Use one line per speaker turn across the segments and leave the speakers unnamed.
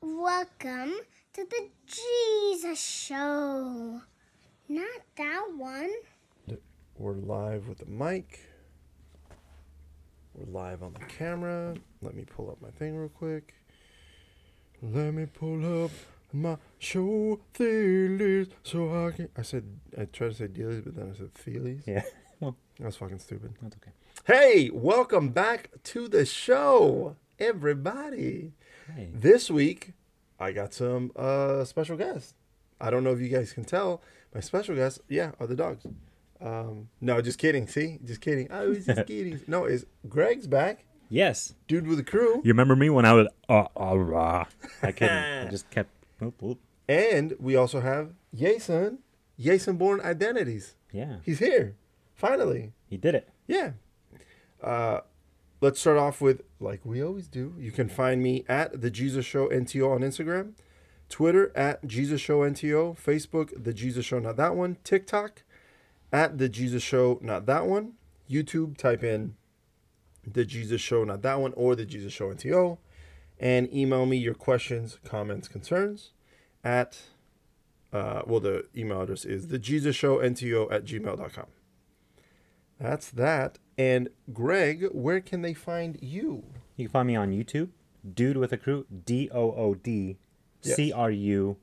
Welcome to the Jesus Show. Not that one.
We're live with the mic. We're live on the camera. Let me pull up my thing real quick. Let me pull up my show theories so I can. I said I tried to say dealies, but then I said theories.
Yeah. Well,
That was fucking stupid.
that's okay.
Hey, welcome back to the show, everybody.
Hey.
This week, I got some uh, special guests. I don't know if you guys can tell. My special guests, yeah, are the dogs. Um, no, just kidding. See, just kidding. I was just kidding. No, is Greg's back,
Yes.
dude with the crew,
You remember me when I was uh, uh, rah. I couldn't. I just kept. Whoop, whoop.
and we also have Jason, Jason Born Identities.
Yeah.
He's here, finally.
He did it.
Yeah. Uh, let's start off with, like we always do, you can find me at The Jesus Show NTO on Instagram, Twitter at Jesus Show NTO, Facebook, The Jesus Show Not That One, TikTok at The Jesus Show Not That One, YouTube, type in The Jesus Show Not That One or The Jesus Show NTO, and email me your questions, comments, concerns at, uh, well, the email address is The Jesus Show NTO at gmail.com. That's that. And Greg, where can they find you?
You can find me on YouTube, Dude with a Crew, D O O D C R U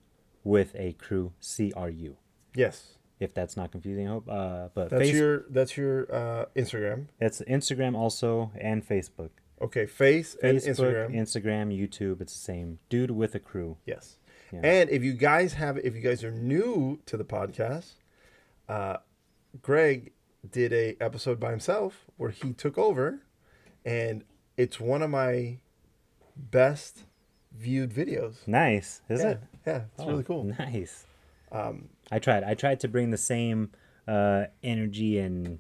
with a crew, C R U.
Yes,
If that's not confusing, I hope. Uh, but
that's
face-
your that's your uh, Instagram.
that's Instagram also and Facebook.
Okay, face and
Facebook,
Instagram.
YouTube, it's the same. Dude with a crew.
yes.
Yeah.
And if you guys have, if you guys are new to the podcast, uh, Greg did a episode by himself where he took over, and it's one of my best viewed videos.
Nice, is
yeah,
it?
yeah, it's
Oh,
Oh, really cool. Um,
Nice. I tried. I tried to bring the same uh, energy and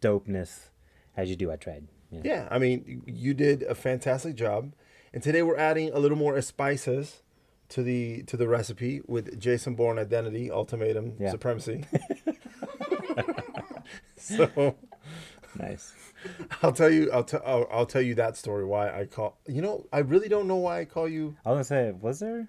dopeness as you do. I tried. Yeah.
Yeah, I mean, you did a fantastic job, and today we're adding a little more spices to the to the recipe with Jason Bourne identity, ultimatum,
Yeah.
supremacy. so
Nice.
I'll tell you, I'll tell, I'll, I'll tell you that story. Why I call you know, I really don't know why I call you.
I was gonna say, was there?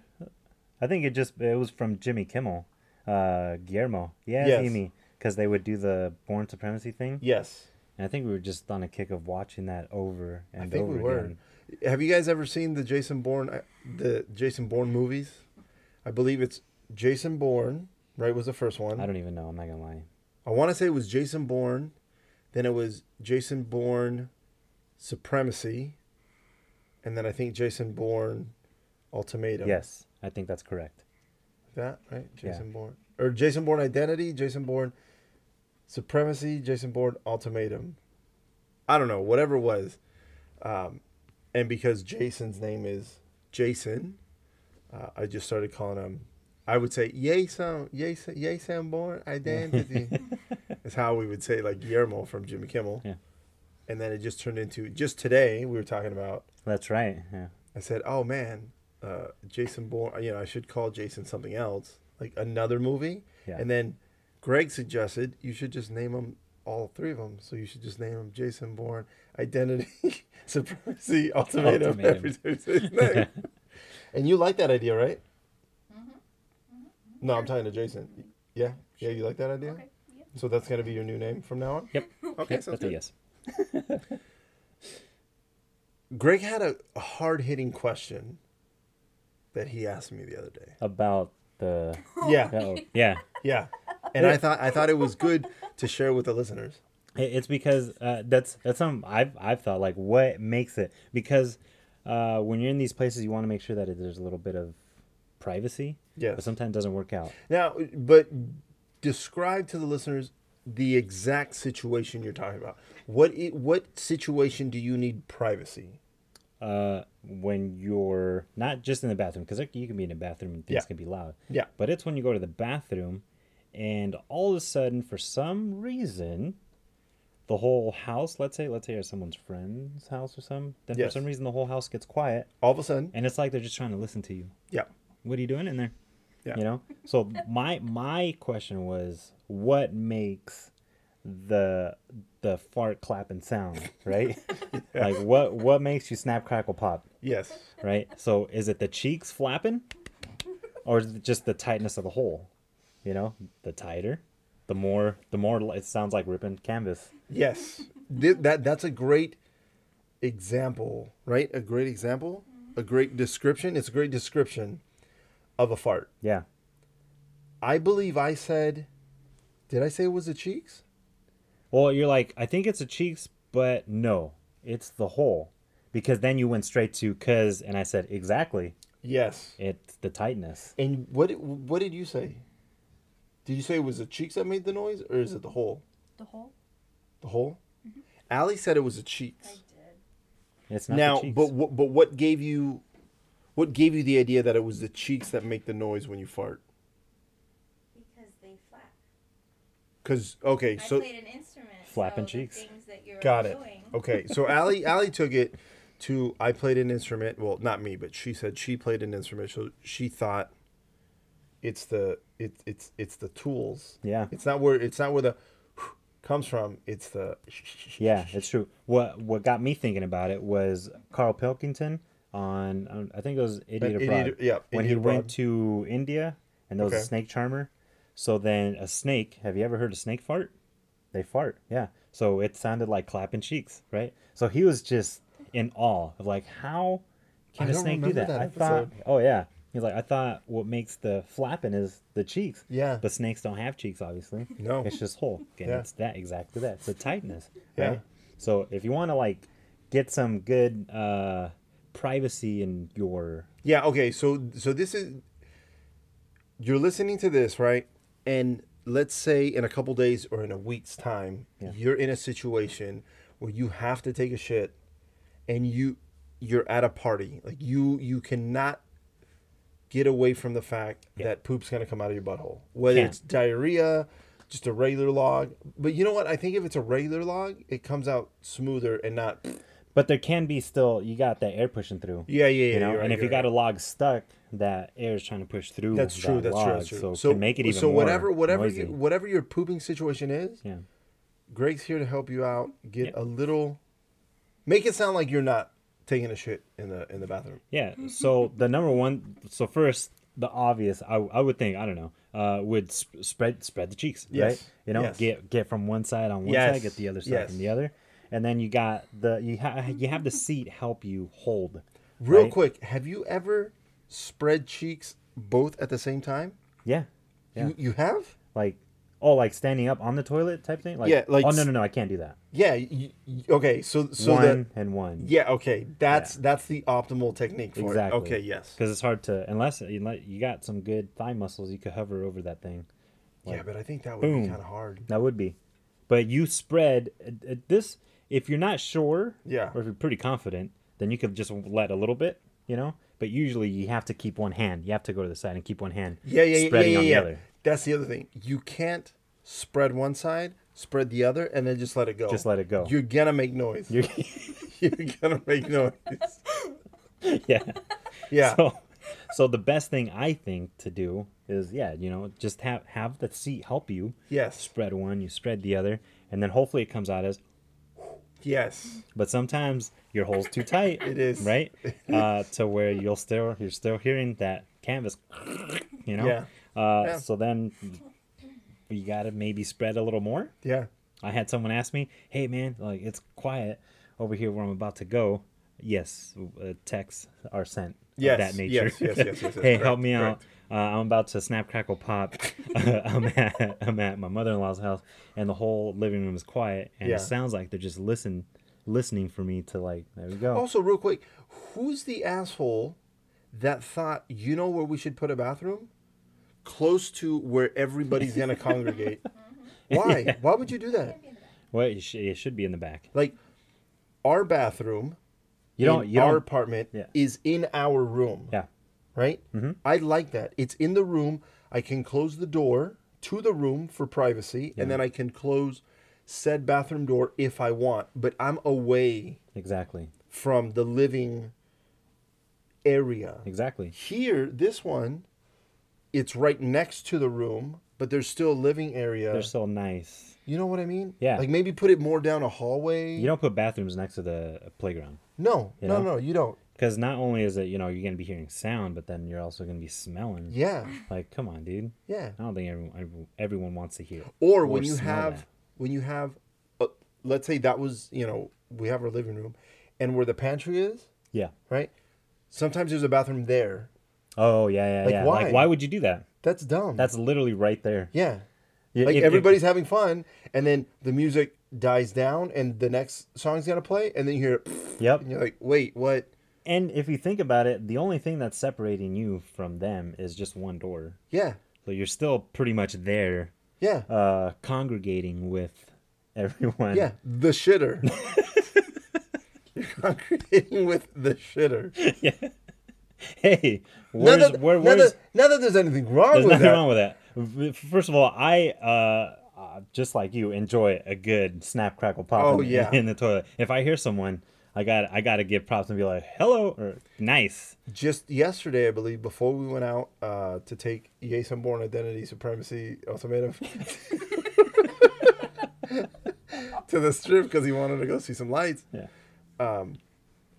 I think it just it was from Jimmy Kimmel, uh, Guillermo. Yeah,
Yes.
Amy, because they would do the Born Supremacy thing,
Yes,
and I think we were just on a kick of watching that over and
I think
over
we were.
again.
Have you guys ever seen the Jason Bourne uh, the Jason Bourne movies? I believe it's Jason Bourne. Right was the first one.
I don't even know. I'm not gonna lie.
I want to say it was Jason Bourne, then it was Jason Bourne Supremacy, and then I think Jason Bourne Ultimatum.
Yes, I think that's correct.
That, right?
Yeah.
Jason Bourne. Or Jason Bourne Identity, Jason Bourne Supremacy, Jason Bourne Ultimatum. I don't know, whatever it was. Um, and because Jason's name is Jason, uh, I just started calling him. I would say Jason, Jason, Jason Bourne Identity. is how we would say like Guillermo from Jimmy Kimmel.
Yeah.
And then it just turned into just today we were talking about.
That's right. Yeah.
I said, "Oh man, uh, Jason Bourne. You know, I should call Jason something else, like another movie."
Yeah.
And then Greg suggested you should just name them all three of them. So you should just name them Jason Bourne, Identity, Supremacy, Ultimatum,
Ultimatum.
every Tuesday's name. and you like that idea, right? No, I'm talking to Jason. Yeah, yeah, you like that idea?
Okay, yeah.
So that's gonna be your new name from now on.
Yep.
Okay,
Yep,
sounds
that's a
good.
yes.
Greg had a hard hitting question that he asked me the other day.
About the
Yeah,
oh, yeah.
yeah. And I thought I thought it was good to share with the listeners.
It- It's because uh, that's that's something I've I've thought like what makes it because uh, when you're in these places you want to make sure that it- there's a little bit of privacy.
Yes.
But sometimes it doesn't work out.
Now, but describe to the listeners the exact situation you're talking about. What i what situation do you need privacy?
Uh, when you're not just in the bathroom because you can be in the bathroom and things
Yeah.
can be loud.
Yeah.
But it's when you go to the bathroom, and all of a sudden for some reason, the whole house let's say let's say it's someone's friend's house or something then
Yes.
for some reason the whole house gets quiet
All of a sudden,
and it's like they're just trying to listen to you.
yeah,
what are you doing in there
Yeah.
you know so my my question was what makes the the fart clapping sound, right? Like what what makes you snap crackle pop,
Yes.
right? So is it the cheeks flapping, or is it just the tightness of the hole? You know, the tighter, the more the more it sounds like ripping canvas.
Yes. Th- that that's a great example, right? A great example, a great description. It's a great description of a fart.
Yeah,
I believe I said did I say it was the cheeks?
Well, you're like, I think it's the cheeks, but no, it's the hole. Because then you went straight to cuz and I said exactly,
Yes.
it's the tightness.
And what did- what did you say? Did you say it was the cheeks that made the noise or is it the hole?
The hole?
The hole?
Mm-hmm.
Allie said it was the cheeks.
It's not
now,
the cheeks.
but wh- but what gave you what gave you the idea that it was the cheeks that make the noise when you fart?
Because they flap.
Cuz okay, so
I played an instrument.
Flapping
so
cheeks. Oh.
The things that you're
Got it.
doing,
Okay, so Allie Allie took it to I played an instrument. Well, not me, but she said she played an instrument. So she thought it's the it's it's it's the tools.
Yeah.
It's not where it's not where the comes from. It's the
yeah, it's true. What what got me thinking about it was Carl Pilkington on um, I think it was Idiot
An
Abroad.
Uh, Idiot- yeah,
when he
Idiot
went
Abroad.
to India and there was
Okay.
a snake charmer. So then a snake, have you ever heard a snake fart? They fart. Yeah. So it sounded like clapping cheeks, right? So he was just in awe of like how can
I
a
don't
snake do
remember
that?
that
I thought
episode.
oh yeah. He's like I thought what makes the flapping is the cheeks.
Yeah.
But snakes don't have cheeks obviously.
No.
It's just whole. And
Yeah.
it's that exactly that. It's the tightness.
Yeah.
Right? So if you want to like get some good uh privacy in your
Yeah, okay. So so this is you're listening to this, right? And let's say in a couple days or in a week's time, you're in a situation where you have to take a shit and you you're at a party. Like you you cannot get away from the fact that poop's going to come out of your butthole. Whether
Can't.
it's diarrhea, just a regular log. But you know what? I think if it's a regular log, it comes out smoother and not
but there can be still you got that air pushing through.
Yeah, yeah, yeah.
You know,
you're right,
and if you
you're
got
right.
a log stuck, that air is trying to push through.
That's true.
that
That's
log,
true. That's true.
So, can make it even
so
more
whatever whatever you,
noisy.
whatever your pooping situation is,
yeah,
Greg's here to help you out. Get a little, make it sound like you're not taking a shit in the in the bathroom.
yeah. So the number one. So first, the obvious. I, I would think I don't know. Uh, would sp- spread spread the cheeks, right?
Yes.
You know,
Yes.
get get from one side on one
Yes.
side, get the other side
Yes.
from the other, and then you got the you ha- you have the seat help you hold.
Real
right?
quick, have you ever spread cheeks both at the same time?
Yeah. Yeah.
You you have?
like oh like standing up on the toilet type thing like
Yeah, like
oh no
s-
no no i can't do that
Yeah. You, you- okay. So so
one
that
and one
yeah. Okay. That's that's the optimal technique for
exactly
it. Okay. Yes.
because it's hard to unless, unless you got some good thigh muscles you could hover over that thing
yeah,
like,
but I think that would
boom.
be kind of hard.
that would be but you spread uh, uh, this if you're not sure
Yeah.
or if you're pretty confident then you could just let a little bit you know but usually you have to keep one hand you have to go to the side and keep one hand
Yeah, yeah, yeah, yeah,
spreading
yeah,
on
yeah.
the other
That's the other thing. You can't spread one side, spread the other, and then just let it go.
Just let it go.
You're gonna make noise. You're,
You're-
gonna make noise.
yeah
Yeah.
So, so the best thing I think to do is, yeah, you know, just have have the seat help you.
yes.
Spread one, you spread the other, and then hopefully it comes out as.
Yes.
But sometimes your hole's too tight.
It is.
right uh, to where you'll still you're still hearing that canvas, you know.
Yeah.
Uh,
Yeah.
So then you gotta maybe spread a little more.
Yeah.
I had someone ask me, "Hey man, like it's quiet over here where I'm about to go." Yes, uh, texts are sent
Yes,
of that nature.
yes, yes, yes, yes, yes,
hey, help
correct,
me out. Uh, I'm about to snap, crackle, pop. I'm, at, I'm at my mother-in-law's house, and the whole living room is quiet, and
Yeah.
it sounds like they're just listen, listening for me to like. There we go.
Also, real quick, who's the asshole that thought you know where we should put a bathroom? Close to where everybody's gonna congregate. Why? Why would you do that?
Well, it, sh- it should be in the back.
Like, our bathroom
You don't.
in
You
our
don't.
apartment
Yeah.
is in our room.
yeah. Mm-hmm.
right? I like that. It's in the room. I can close the door to the room for privacy, and then I can close said bathroom door if I want. But I'm away
Exactly.
from the living area.
Exactly.
Here, this one, it's right next to the room, but there's still living area.
They're so nice.
you know what I mean?
Yeah.
Like maybe put it more down a hallway.
You don't put bathrooms next to the playground
no,
you
no,
know?
no, you don't.
because not only is it you know you're gonna be hearing sound, but then you're also gonna be smelling.
Yeah,
Like, come on, dude.
yeah.
I don't think everyone everyone wants to hear.
Or when you
smell
have
that.
when you have, uh, let's say that was you know we have our living room, and where the pantry is,
Yeah.
right? Sometimes there's a bathroom there.
Oh yeah yeah
Like,
yeah.
why?
Like why would you do that?
That's dumb.
That's literally right there.
yeah.
Yeah,
Like
if- if-
everybody's having fun, and then the music dies down, and the next song's gonna play, and then you hear,
Yep.
and you're like, wait, what?
And if you think about it, the only thing that's separating you from them is just one door.
Yeah,
So you're still pretty much there,
yeah,
uh, congregating with everyone.
yeah. The shitter. You're congregating with the shitter.
Hey,
Not
where's,
that,
where,
not,
where's,
that, not that there's anything wrong
there's
with
nothing
that.
wrong with that. First of all, I, uh, uh, just like you, enjoy a good snap, crackle, pop
Oh,
in,
yeah.
in the toilet. If I hear someone, I got I got to give props and be like, hello, or nice.
Just yesterday, I believe, before we went out uh, to take Jason Born Identity Supremacy Ultimatum to the strip because he wanted to go see some lights, Um,
Yeah.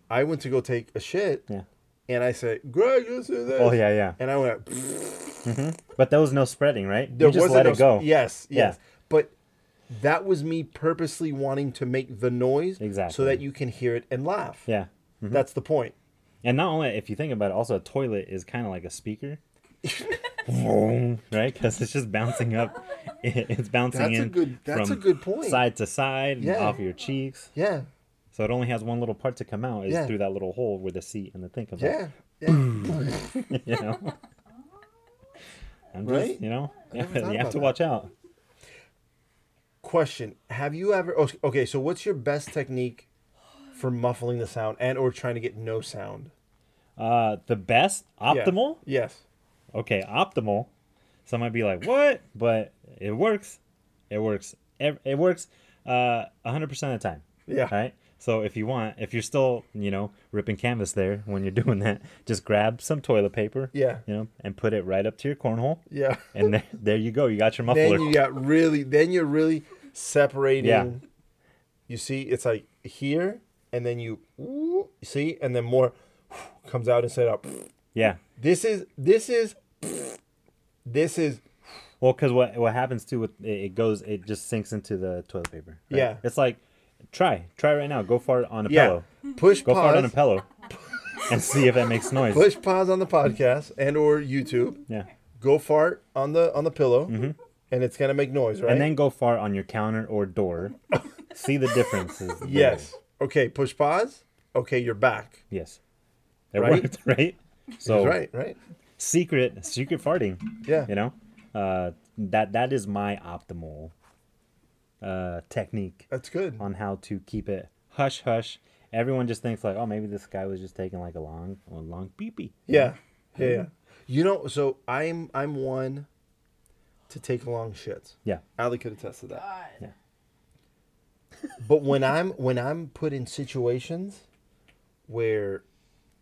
I went to go take a shit.
Yeah.
And I said, Greg, let's do this.
Oh, yeah, yeah.
And I went, "Pfft,
But there was no spreading, right?
there
you just
wasn't
let
no
it go.
sp- Yes,
Yeah.
yes. But that was me purposely wanting to make the noise so
Exactly.
that you can hear it and laugh.
Yeah. Mm-hmm.
That's the point.
And not only, if you think about it, also a toilet is kind of like a speaker, Vroom, right? Because it's just bouncing up. It- It's bouncing
That's a
in
good- that's
from
a good point.
side to side and
Yeah.
off your cheeks.
Yeah.
So it only has one little part to come out is
Yeah.
through that little hole where the seat and the thing comes
Yeah. yeah.
out. You know, I'm just,
Right?
you know, you
never thought
have
about
to
that.
watch out.
Question: Have you ever? oh, Okay, so what's your best technique for muffling the sound and or trying to get no sound?
Uh, the best
Yeah.
optimal.
Yes.
okay, optimal. Some might be like, what? But it works. It works. Ev- It works uh, 100% of the time.
Yeah.
Right? So if you want, if you're still, you know, ripping canvas there when you're doing that, just grab some toilet paper.
Yeah.
You know, and put it right up to your cornhole.
Yeah.
And there, there you go. You got your muffler.
Then you got really. Then you're really separating.
Yeah.
You see, it's like here, and then you you see, and then more comes out instead of.
yeah.
This is this is this is
Well, because what what happens too with it, it goes it just sinks into the toilet paper. right?
Yeah.
It's like, try try right now. Go fart on a
yeah.
pillow.
Push
Go fart on a
pause.
pillow, and see if that makes noise.
Push pause on the podcast and or YouTube.
Yeah.
Go fart on the on the pillow, and it's gonna make noise, right?
Mm-hmm. and then go far on your counter or door. See the differences. there.
Yes. Okay, push pause. Okay, you're back.
Yes. It
Right?
worked, right? So
That's right, right?
secret, secret farting.
Oh. Yeah.
You know, uh, that that is my optimal uh, technique
That's good.
on how to keep it hush hush. Everyone just thinks like, oh, maybe this guy was just taking like a long, a long peepee.
Yeah. Yeah, yeah. You know, so I'm I'm one to take long shits.
Yeah.
Ali could attest to that.
God.
But when I'm when I'm put in situations where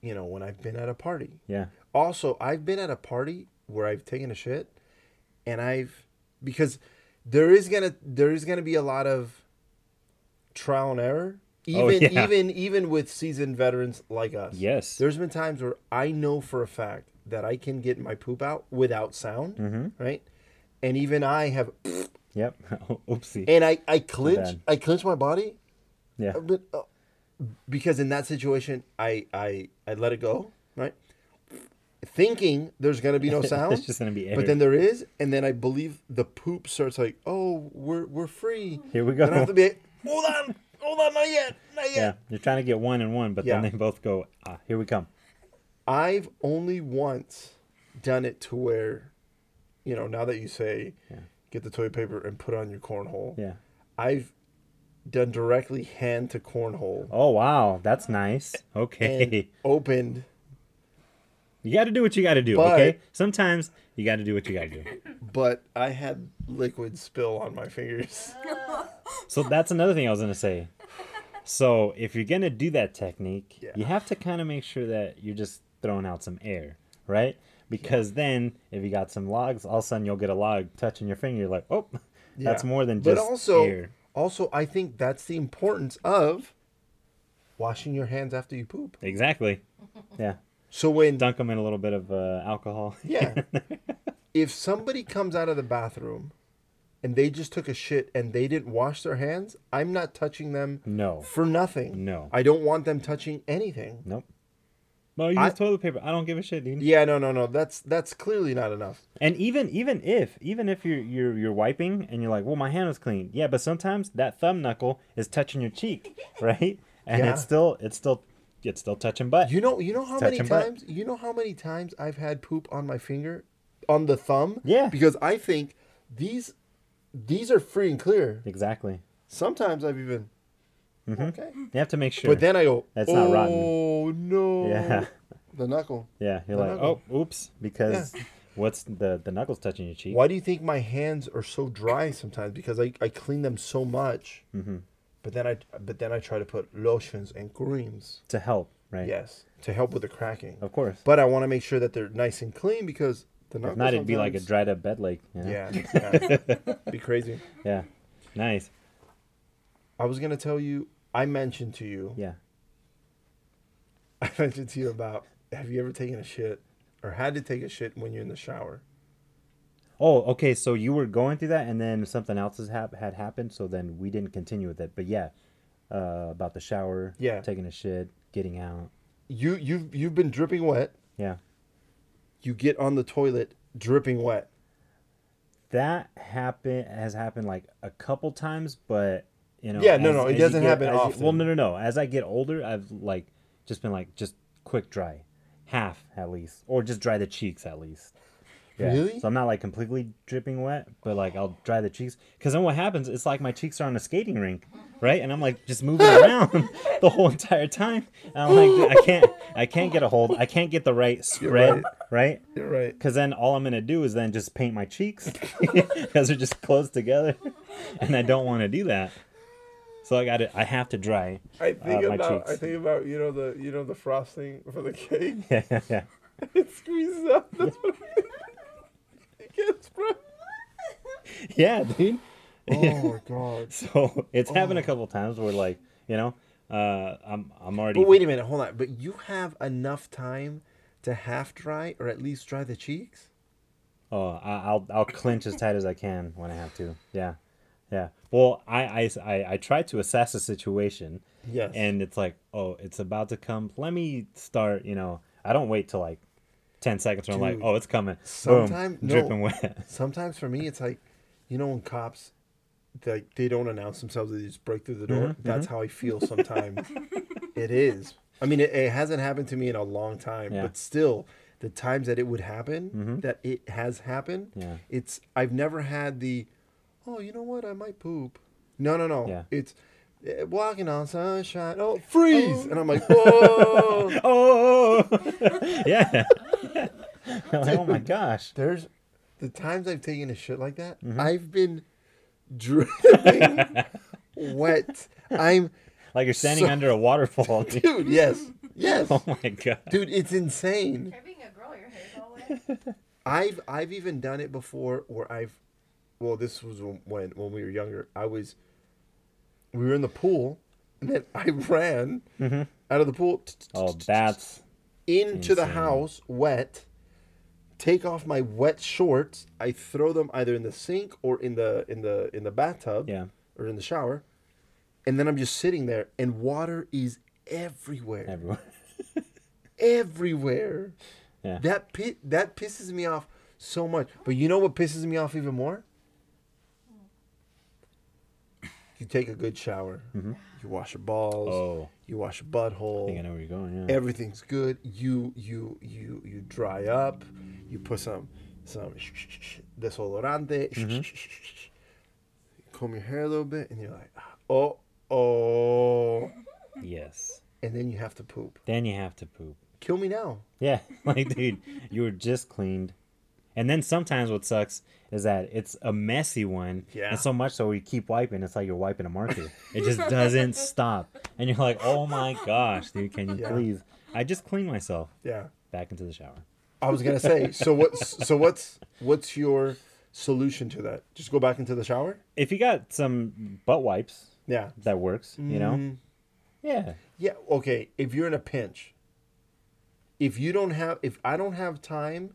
you know, when I've been at a party.
Yeah.
Also, I've been at a party where I've taken a shit and I've because there is gonna there is gonna be a lot of trial and error. Even
Oh, yeah.
even even with seasoned veterans like us.
Yes.
There's been times where I know for a fact that I can get my poop out without sound.
Mm-hmm.
Right? And even I have
Yep. Oopsie.
and I, I clinch
bad.
I clinch my body
yeah.
but, uh, because in that situation I, I I let it go right thinking there's gonna be no sound
It's just gonna be air.
but then there is and then I believe the poop starts like oh we're we're free
Here we go.
and I have to be like, hold on hold on not yet not
Yeah.
yet
You're trying to get one and one, but
Yeah.
then they both go. Ah, here we come.
I've only once done it to where you know now that you say get the toilet paper and put it on your cornhole
Yeah.
I've done directly hand to cornhole
Oh wow, that's nice. Okay.
and opened
You got to do what you got to do,
But-
okay? Sometimes you got to do what you got to do.
but I had liquid spill on my fingers.
So that's another thing I was going to say. So, if you're going to do that technique,
Yeah.
you have to kind of make sure that you're just throwing out some air, right? Because then, if you got some logs, all of a sudden you'll get a log touching your finger. You're like, oh, that's
Yeah.
more than
But
just
also,
air.
also, I think that's the importance of washing your hands after you poop.
Exactly. Yeah.
So when
Dunk them in a little bit of uh, alcohol.
Yeah. if somebody comes out of the bathroom and they just took a shit and they didn't wash their hands, I'm not touching them
No.
for nothing.
No.
I don't want them touching anything.
Nope. Well,
I-
use toilet paper. I don't give a shit, dude.
Yeah, no, no, no. That's that's clearly not enough.
And even even if even if you're you're you're wiping and you're like, well, my hand was clean. Yeah, but sometimes that thumb knuckle is touching your cheek, right? And
Yeah.
it's still it's still it's still touching butt.
You know, you know how
Touch
many
and butt.
times you know how many times I've had poop on my finger, on the thumb.
Yeah.
Because I think these these are free and clear.
exactly.
Sometimes I've even okay,
You have to make sure.
but then I go,
Mm-hmm. That's
oh
not rotten."
no,
Yeah.
the knuckle.
yeah, you're
the
like,
knuckle.
oh, oops, because what's the the knuckles touching your cheek?
Why do you think my hands are so dry sometimes? Because I, I clean them so much,
Mm-hmm.
but then I but then I try to put lotions and creams,
To help, right?
yes, to help with the cracking.
Of course.
But I want to make sure that they're nice and clean because the
if
knuckles.
not, it'd be like a
sometimes-
dried up bed leg. You know?
Yeah, yeah. be crazy.
Yeah. Nice.
I was gonna tell you. I mentioned to you.
Yeah.
I mentioned to you about. Have you ever taken a shit or had to take a shit when you're in the shower?
Oh, okay. So you were going through that, and then something else has hap- had happened. So then we didn't continue with it. But yeah, uh, about the shower.
Yeah.
Taking a shit, getting out.
You you've you've been dripping wet.
Yeah.
You get on the toilet dripping wet.
That happen has happened like a couple times, but you know.
Yeah, no,
as-
no, it
as you
doesn't
get-
happen
as you- well,
often.
no, no, no. As I get older, I've like just been like just quick dry, half at least, or just dry the cheeks at least. Yeah.
Really?
So I'm not like completely dripping wet, but like I'll dry the cheeks. Because then what happens? It's like my cheeks are on a skating rink, right? And I'm like just moving around the whole entire time. And I'm like, dude, I can't, I can't get a hold. I can't get the right spread, right?
You're right.
Because then all I'm gonna do is then just paint my cheeks because they're just close together, and I don't want to do that. So I got to I have to dry.
I think
uh, my
about I
cheeks.
think about you know the you know the frosting for the cake.
Yeah, yeah, yeah.
it squeezes out. That's what it gets, bro.
yeah, dude.
Oh my god.
So it's happened a couple times where like you know, uh, I'm I'm already.
But wait a minute, hold on. But you have enough time to half dry or at least dry the cheeks.
Oh, I- I'll I'll clench as tight as I can when I have to. Yeah, yeah. Well, I I I, I try to assess the situation.
Yes.
And it's like, oh, it's about to come. Let me start. You know, I don't wait till like ten seconds. Where I'm like,
Dude,
oh, it's coming. Boom,
sometime- no.
dripping wet.
Sometimes for me, it's like, you know, when cops, like they don't announce themselves; they just break through the door.
Mm-hmm,
That's how I feel sometimes. it is. I mean, it, it hasn't happened to me in a long time,
Yeah. Mm-hmm.
but still, the times that it would happen, that it has happened,
Yeah.
it's I've never had the, oh, you know what? I might poop. No, no, no.
Yeah.
It's eh, walking on sunshine. Oh, freeze! And I'm like, whoa.
oh, yeah. I'm like, oh my gosh.
There's the times I've taken a shit like that,
Mm-hmm.
I've been dripping wet. I'm
Like you're standing
So-
under a waterfall. dude.
dude, yes. Yes.
Oh my god.
Dude, it's insane.
You're being a girl, your hair's all wet.
I've I've even done it before where I've well, this was when when when we were younger. I was we were in the pool and then I ran out of the pool t- t-
Mm-hmm. Oh,
t- t-
that's
into the
insane.
house wet. Take off my wet shorts. I throw them either in the sink or in the in the in the bathtub.
yeah.
or in the shower, and then I'm just sitting there, and water is everywhere,
Everywhere.
everywhere.
Yeah.
That pi- that pisses me off so much. But you know what pisses me off even more? You take a good shower, you wash your balls,
Mm-hmm. Oh.
you wash your
I think I
butthole,
know where you're going. Yeah.
everything's good. You you you you dry up, you put some some sh- sh- sh- sh- desodorante, sh- sh- sh- sh- sh- sh- comb your hair a little bit, and you're like, oh oh,
Yes.
and then you have to poop.
Then you have to poop.
Kill me now.
Yeah, like dude, you were just cleaned. And then sometimes what sucks is that it's a messy one.
Yeah.
And so much so we keep wiping, it's like you're wiping a marker. It just doesn't stop. And you're like, Oh my gosh, dude, can you
Yeah.
please I just clean myself
Yeah,
back into the shower.
I was gonna say. So what's so what's what's your solution to that? Just go back into the shower.
If you got some butt wipes,
Yeah.
that works.
Mm.
You know. Yeah.
Yeah. Okay. If you're in a pinch, if you don't have, if I don't have time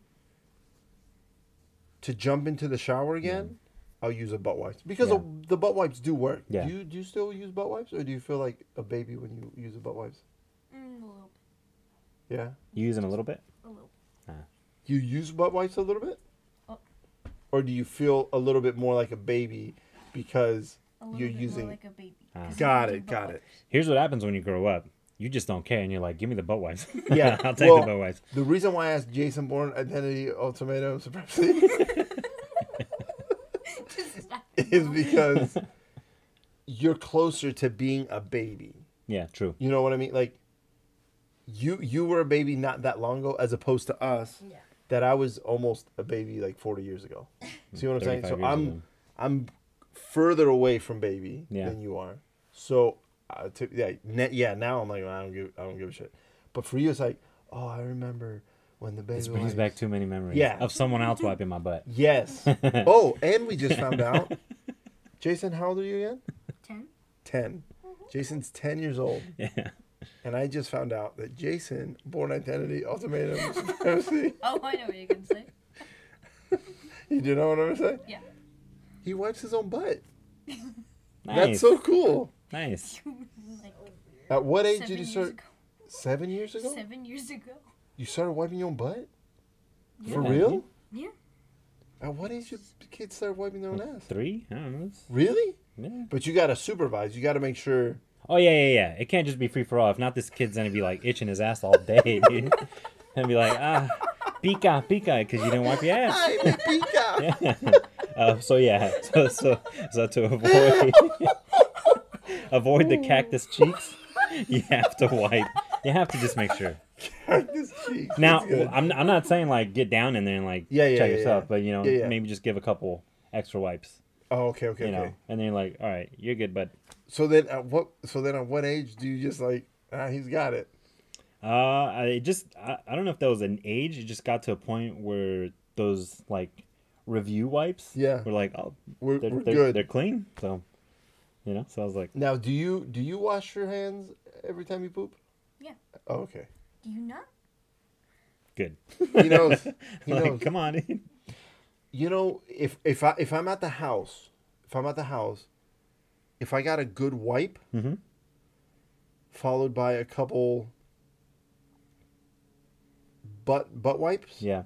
to jump into the shower again, I'll use a butt wipes because
Mm. Yeah.
the butt wipes do work.
Yeah.
Do you do you still use butt wipes or do you feel like a baby when you use a butt wipes?
Mm, a little,
Yeah.
You using a little bit?
a little.
You use butt wipes a little bit,
Oh.
or do you feel a little bit more like a baby because
A little
you're
bit
using?
more like a baby.
Ah.
'cause
got
I'm
it. Got it.
Here's what happens when you grow up. You just don't care, and you're like, "Give me the butt wipes."
Yeah,
I'll take
well-
the butt wipes.
The reason why I asked Jason Bourne Identity Ultimatum Supremacy is because you're closer to being a baby.
Yeah, true.
You know what I mean? Like you you were a baby not that long ago as opposed to us
Yeah.
that I was almost a baby like 40 years ago. See what I'm saying?
35
So
Mm-hmm. years
I'm
ago.
I'm further away from baby
Yeah.
than you are. So uh, to, yeah, ne- yeah, now I'm like I don't give I don't give a shit. But for you it's like, "Oh, I remember when the baby
This brings
wipes-
back too many memories.
Yeah.
Of someone else wiping my butt.
Yes. oh, and we just found out. Jason, how old are you again?
Ten.
10.
Mm-hmm.
Jason's 10 years old.
Yeah.
And I just found out that Jason, Born Identity, Ultimatum, Supremacy,
Oh, I know what you're gonna say.
you do know what I'm saying?
Yeah.
He wipes his own butt.
Nice.
That's so cool.
nice.
Like
At what age
seven
did you
years
start?
ago.
Seven years ago?
Seven years ago.
You started wiping your own butt? For
Yeah.
real?
Yeah.
At what age did kids start wiping their own ass?
Three? I don't know. It's-
Really?
yeah.
But you gotta supervise. You gotta make sure.
Oh yeah, yeah, yeah. It can't just be free for all. If not, this kid's gonna be like itching his ass all day, dude. and be like, ah, pika, pika, because you didn't wipe your ass.
I'm a peacock.
Uh, so yeah, so so so to avoid avoid the cactus cheeks, you have to wipe. You have to just make sure.
Cactus cheeks.
Now,
That's good.
I'm I'm not saying like get down in there and like
Yeah, yeah,
check
yeah,
yourself,
yeah.
but you know
Yeah, yeah.
maybe just give a couple extra wipes,
Oh, okay, okay,
you
okay.
know, and then you're like, all right, you're good, bud.
So then, at what? So then, at what age do you just like? Ah, he's got it.
Uh, I it just I, I don't know if that was an age. It just got to a point where those like review wipes,
Yeah.
were like, oh,
We're,
they're,
we're
they're,
good.
they're clean. So, you know, so I was like,
Now, do you do you wash your hands every time you poop?
Yeah.
Oh, okay.
Do you not?
good.
He knows. He
like, uh,
knows.
come on, dude.
You know, if if I if I'm at the house, if I'm at the house, if I got a good wipe,
Mhm.
followed by a couple butt butt wipes.
yeah,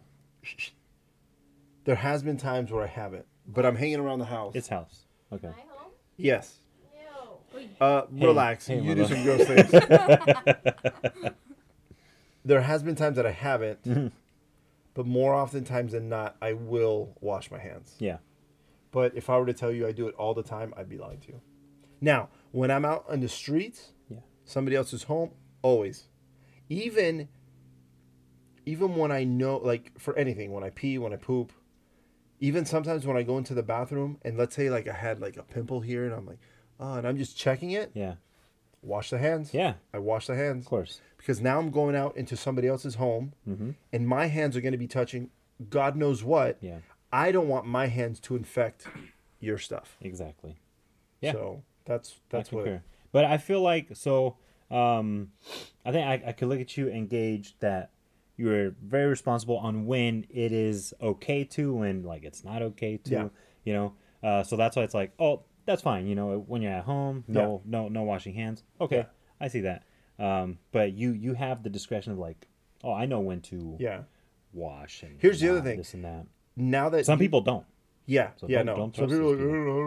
There has been times where I haven't, but I'm hanging around the house.
it's house. Okay,
My home?
yes.
No.
Uh, relax.
hey,
you
my
do
love.
some gross things. there has been times that I haven't, but more often times than not, I will wash my hands.
yeah,
But if I were to tell you I do it all the time, I'd be lying to you. Now, when I'm out on the streets,
yeah,
somebody else's home, always, even, even when I know, like for anything, when I pee, when I poop, even sometimes when I go into the bathroom and let's say like I had like a pimple here and I'm like, oh, and I'm just checking it
yeah,
wash the hands.
yeah.
I wash the hands.
Of course, Mm-hmm.
Because now I'm going out into somebody else's home and my hands are going to be touching God knows what.
Yeah.
I don't want my hands to infect your stuff.
exactly. Yeah.
So that's that's
I
what
concur. But I feel like so. Um, I think I, I could look at you and gauge that you're very responsible on when it is okay to and like it's not okay to.
Yeah.
You know. Uh, so that's why it's like, oh, that's fine. You know, when you're at home, no, no, no washing hands. Okay,
Yeah.
I see that. Um, but you you have the discretion of like, oh, I know when to
yeah.
wash and
Here's the
not
other thing.
this and that.
Now that
Some people don't.
yeah
So
yeah
don't-
no
don't
Some
trust these
people "Oh,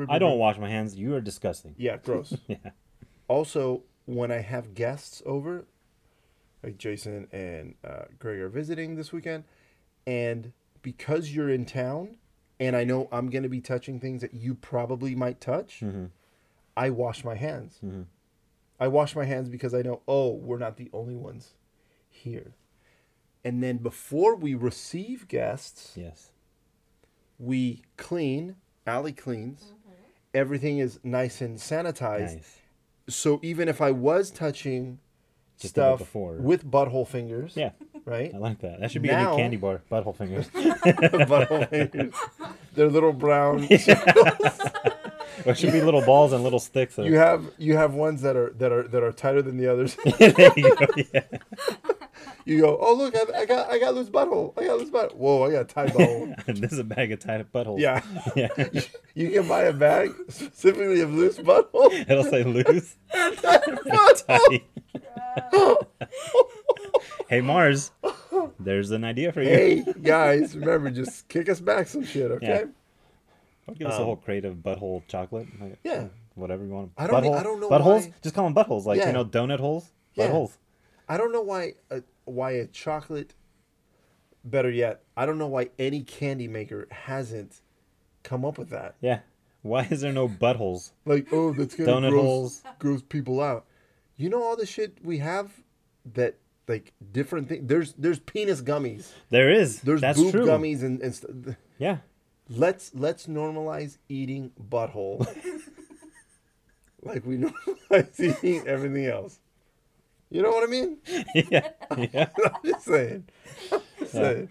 are like,
I don't wash my hands. You are disgusting.
yeah gross
Yeah.
also when I have guests over, like Jason and uh, Greg are visiting this weekend, and because you're in town, and I know I'm gonna be touching things that you probably might touch,
Mm-hmm.
I wash my hands. I wash my hands because I know oh we're not the only ones here, and then before we receive guests,
Yes.
we clean. Alley cleans. Everything is nice and sanitized
Nice.
so even if I was touching
Just did it
stuff
before.
with butthole fingers,
Yeah.
right?
I like that. That should be a
Now-
new candy bar. Butthole fingers.
Butthole fingers. They're little brown.
or it should be little balls and little sticks. Or...
You have you have ones that are that are that are tighter than the others.
There you go, yeah.
You go, oh look, I, I got I got loose butthole. I got loose butthole. Whoa, I got a tight butthole.
this is a bag of tied up buttholes.
yeah,
Yeah.
you can buy a bag specifically of loose butthole.
It'll say loose.
butthole.
hey Mars, there's an idea for you.
hey guys, remember just kick us back some shit, okay?
Yeah. Or give us a
Um,
whole crate of butthole chocolate. like,
Yeah.
Whatever you want.
I don't e-
Butthole-
I don't know
Buttholes?
why-
Just call them buttholes. Like,
Yeah.
you know, donut holes?
Yeah.
Buttholes.
I don't know why a, why a chocolate better yet, I don't know why any candy maker hasn't come up with that.
Yeah. Why is there no buttholes?
Like, oh, that's gonna
Donut
gross,
holes.
gross people out. You know all the shit we have that like different things. There's there's penis gummies.
There is.
There's
That's
boob
true.
gummies and, and st-
Yeah.
let's let's normalize eating butthole. like we normalize eating everything else. You know what I mean?
yeah. Yeah.
I'm just saying. Just saying.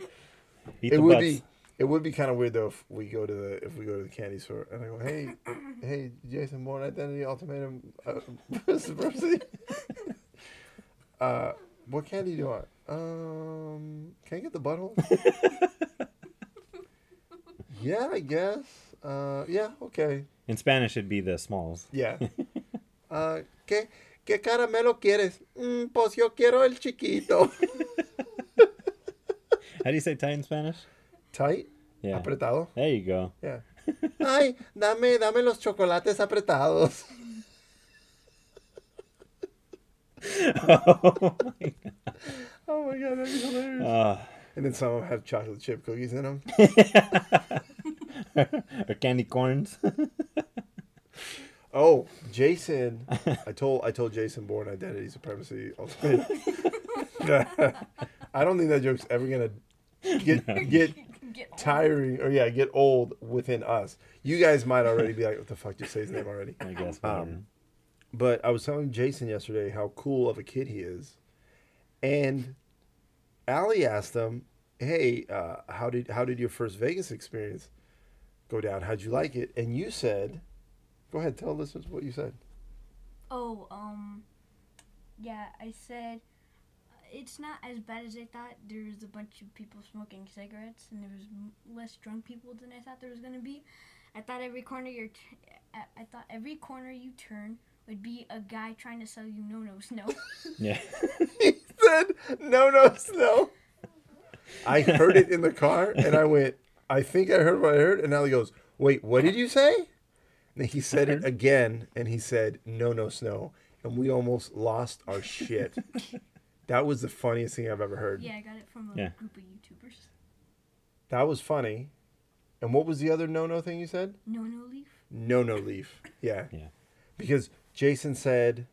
Eat
It
the
would
butts.
be it would be kind of weird though if we go to the if we go to the candy store and I go, hey, hey, Jason Bourne Identity Ultimatum uh, Subversity. uh, what candy do you want? Um, can I get the butthole? yeah, I guess. Uh, yeah, okay.
In Spanish it'd be the smalls.
Yeah. Uh, ¿qué, ¿Qué caramelo quieres? Mm, pues yo quiero el chiquito.
How do you say tight in Spanish?
Tight,
Yeah.
apretado.
There you go.
Yeah. Ay, dame, dame los chocolates apretados.
oh my God.
Oh my god, that'd be hilarious.
Uh,
and then some of them have chocolate chip cookies in them.
or candy corns.
Oh, Jason, I told I told Jason Bourne identity supremacy. Ultimate. I don't think that joke's ever gonna get get
Get old.
tiring or yeah get old within us. You guys might already be like, what the fuck, just say his name already.
I guess. whatever.
Um, but I was telling Jason yesterday how cool of a kid he is, and Allie asked him, "Hey, uh, how did how did your first Vegas experience go down? How'd you like it?" And you said, "Go ahead, tell listeners what you said."
Oh, um, yeah, I said uh, it's not as bad as I thought. There was a bunch of people smoking cigarettes, and there was m- less drunk people than I thought there was gonna be. I thought every corner your, t- I-, I thought every corner you turn would be a guy trying to sell you no no snow.
yeah.
he said, "No, no, snow." I heard it in the car, and I went, "I think I heard what I heard." And Allie goes, "Wait, what did you say?" And then he said it again, and he said, "No, no, snow," and we almost lost our shit. that was the funniest thing I've ever heard.
yeah, I got it from a
Yeah.
group of YouTubers.
That was funny. And what was the other no no thing you said?
No no leaf.
No no leaf. Yeah.
Yeah.
Because Jason said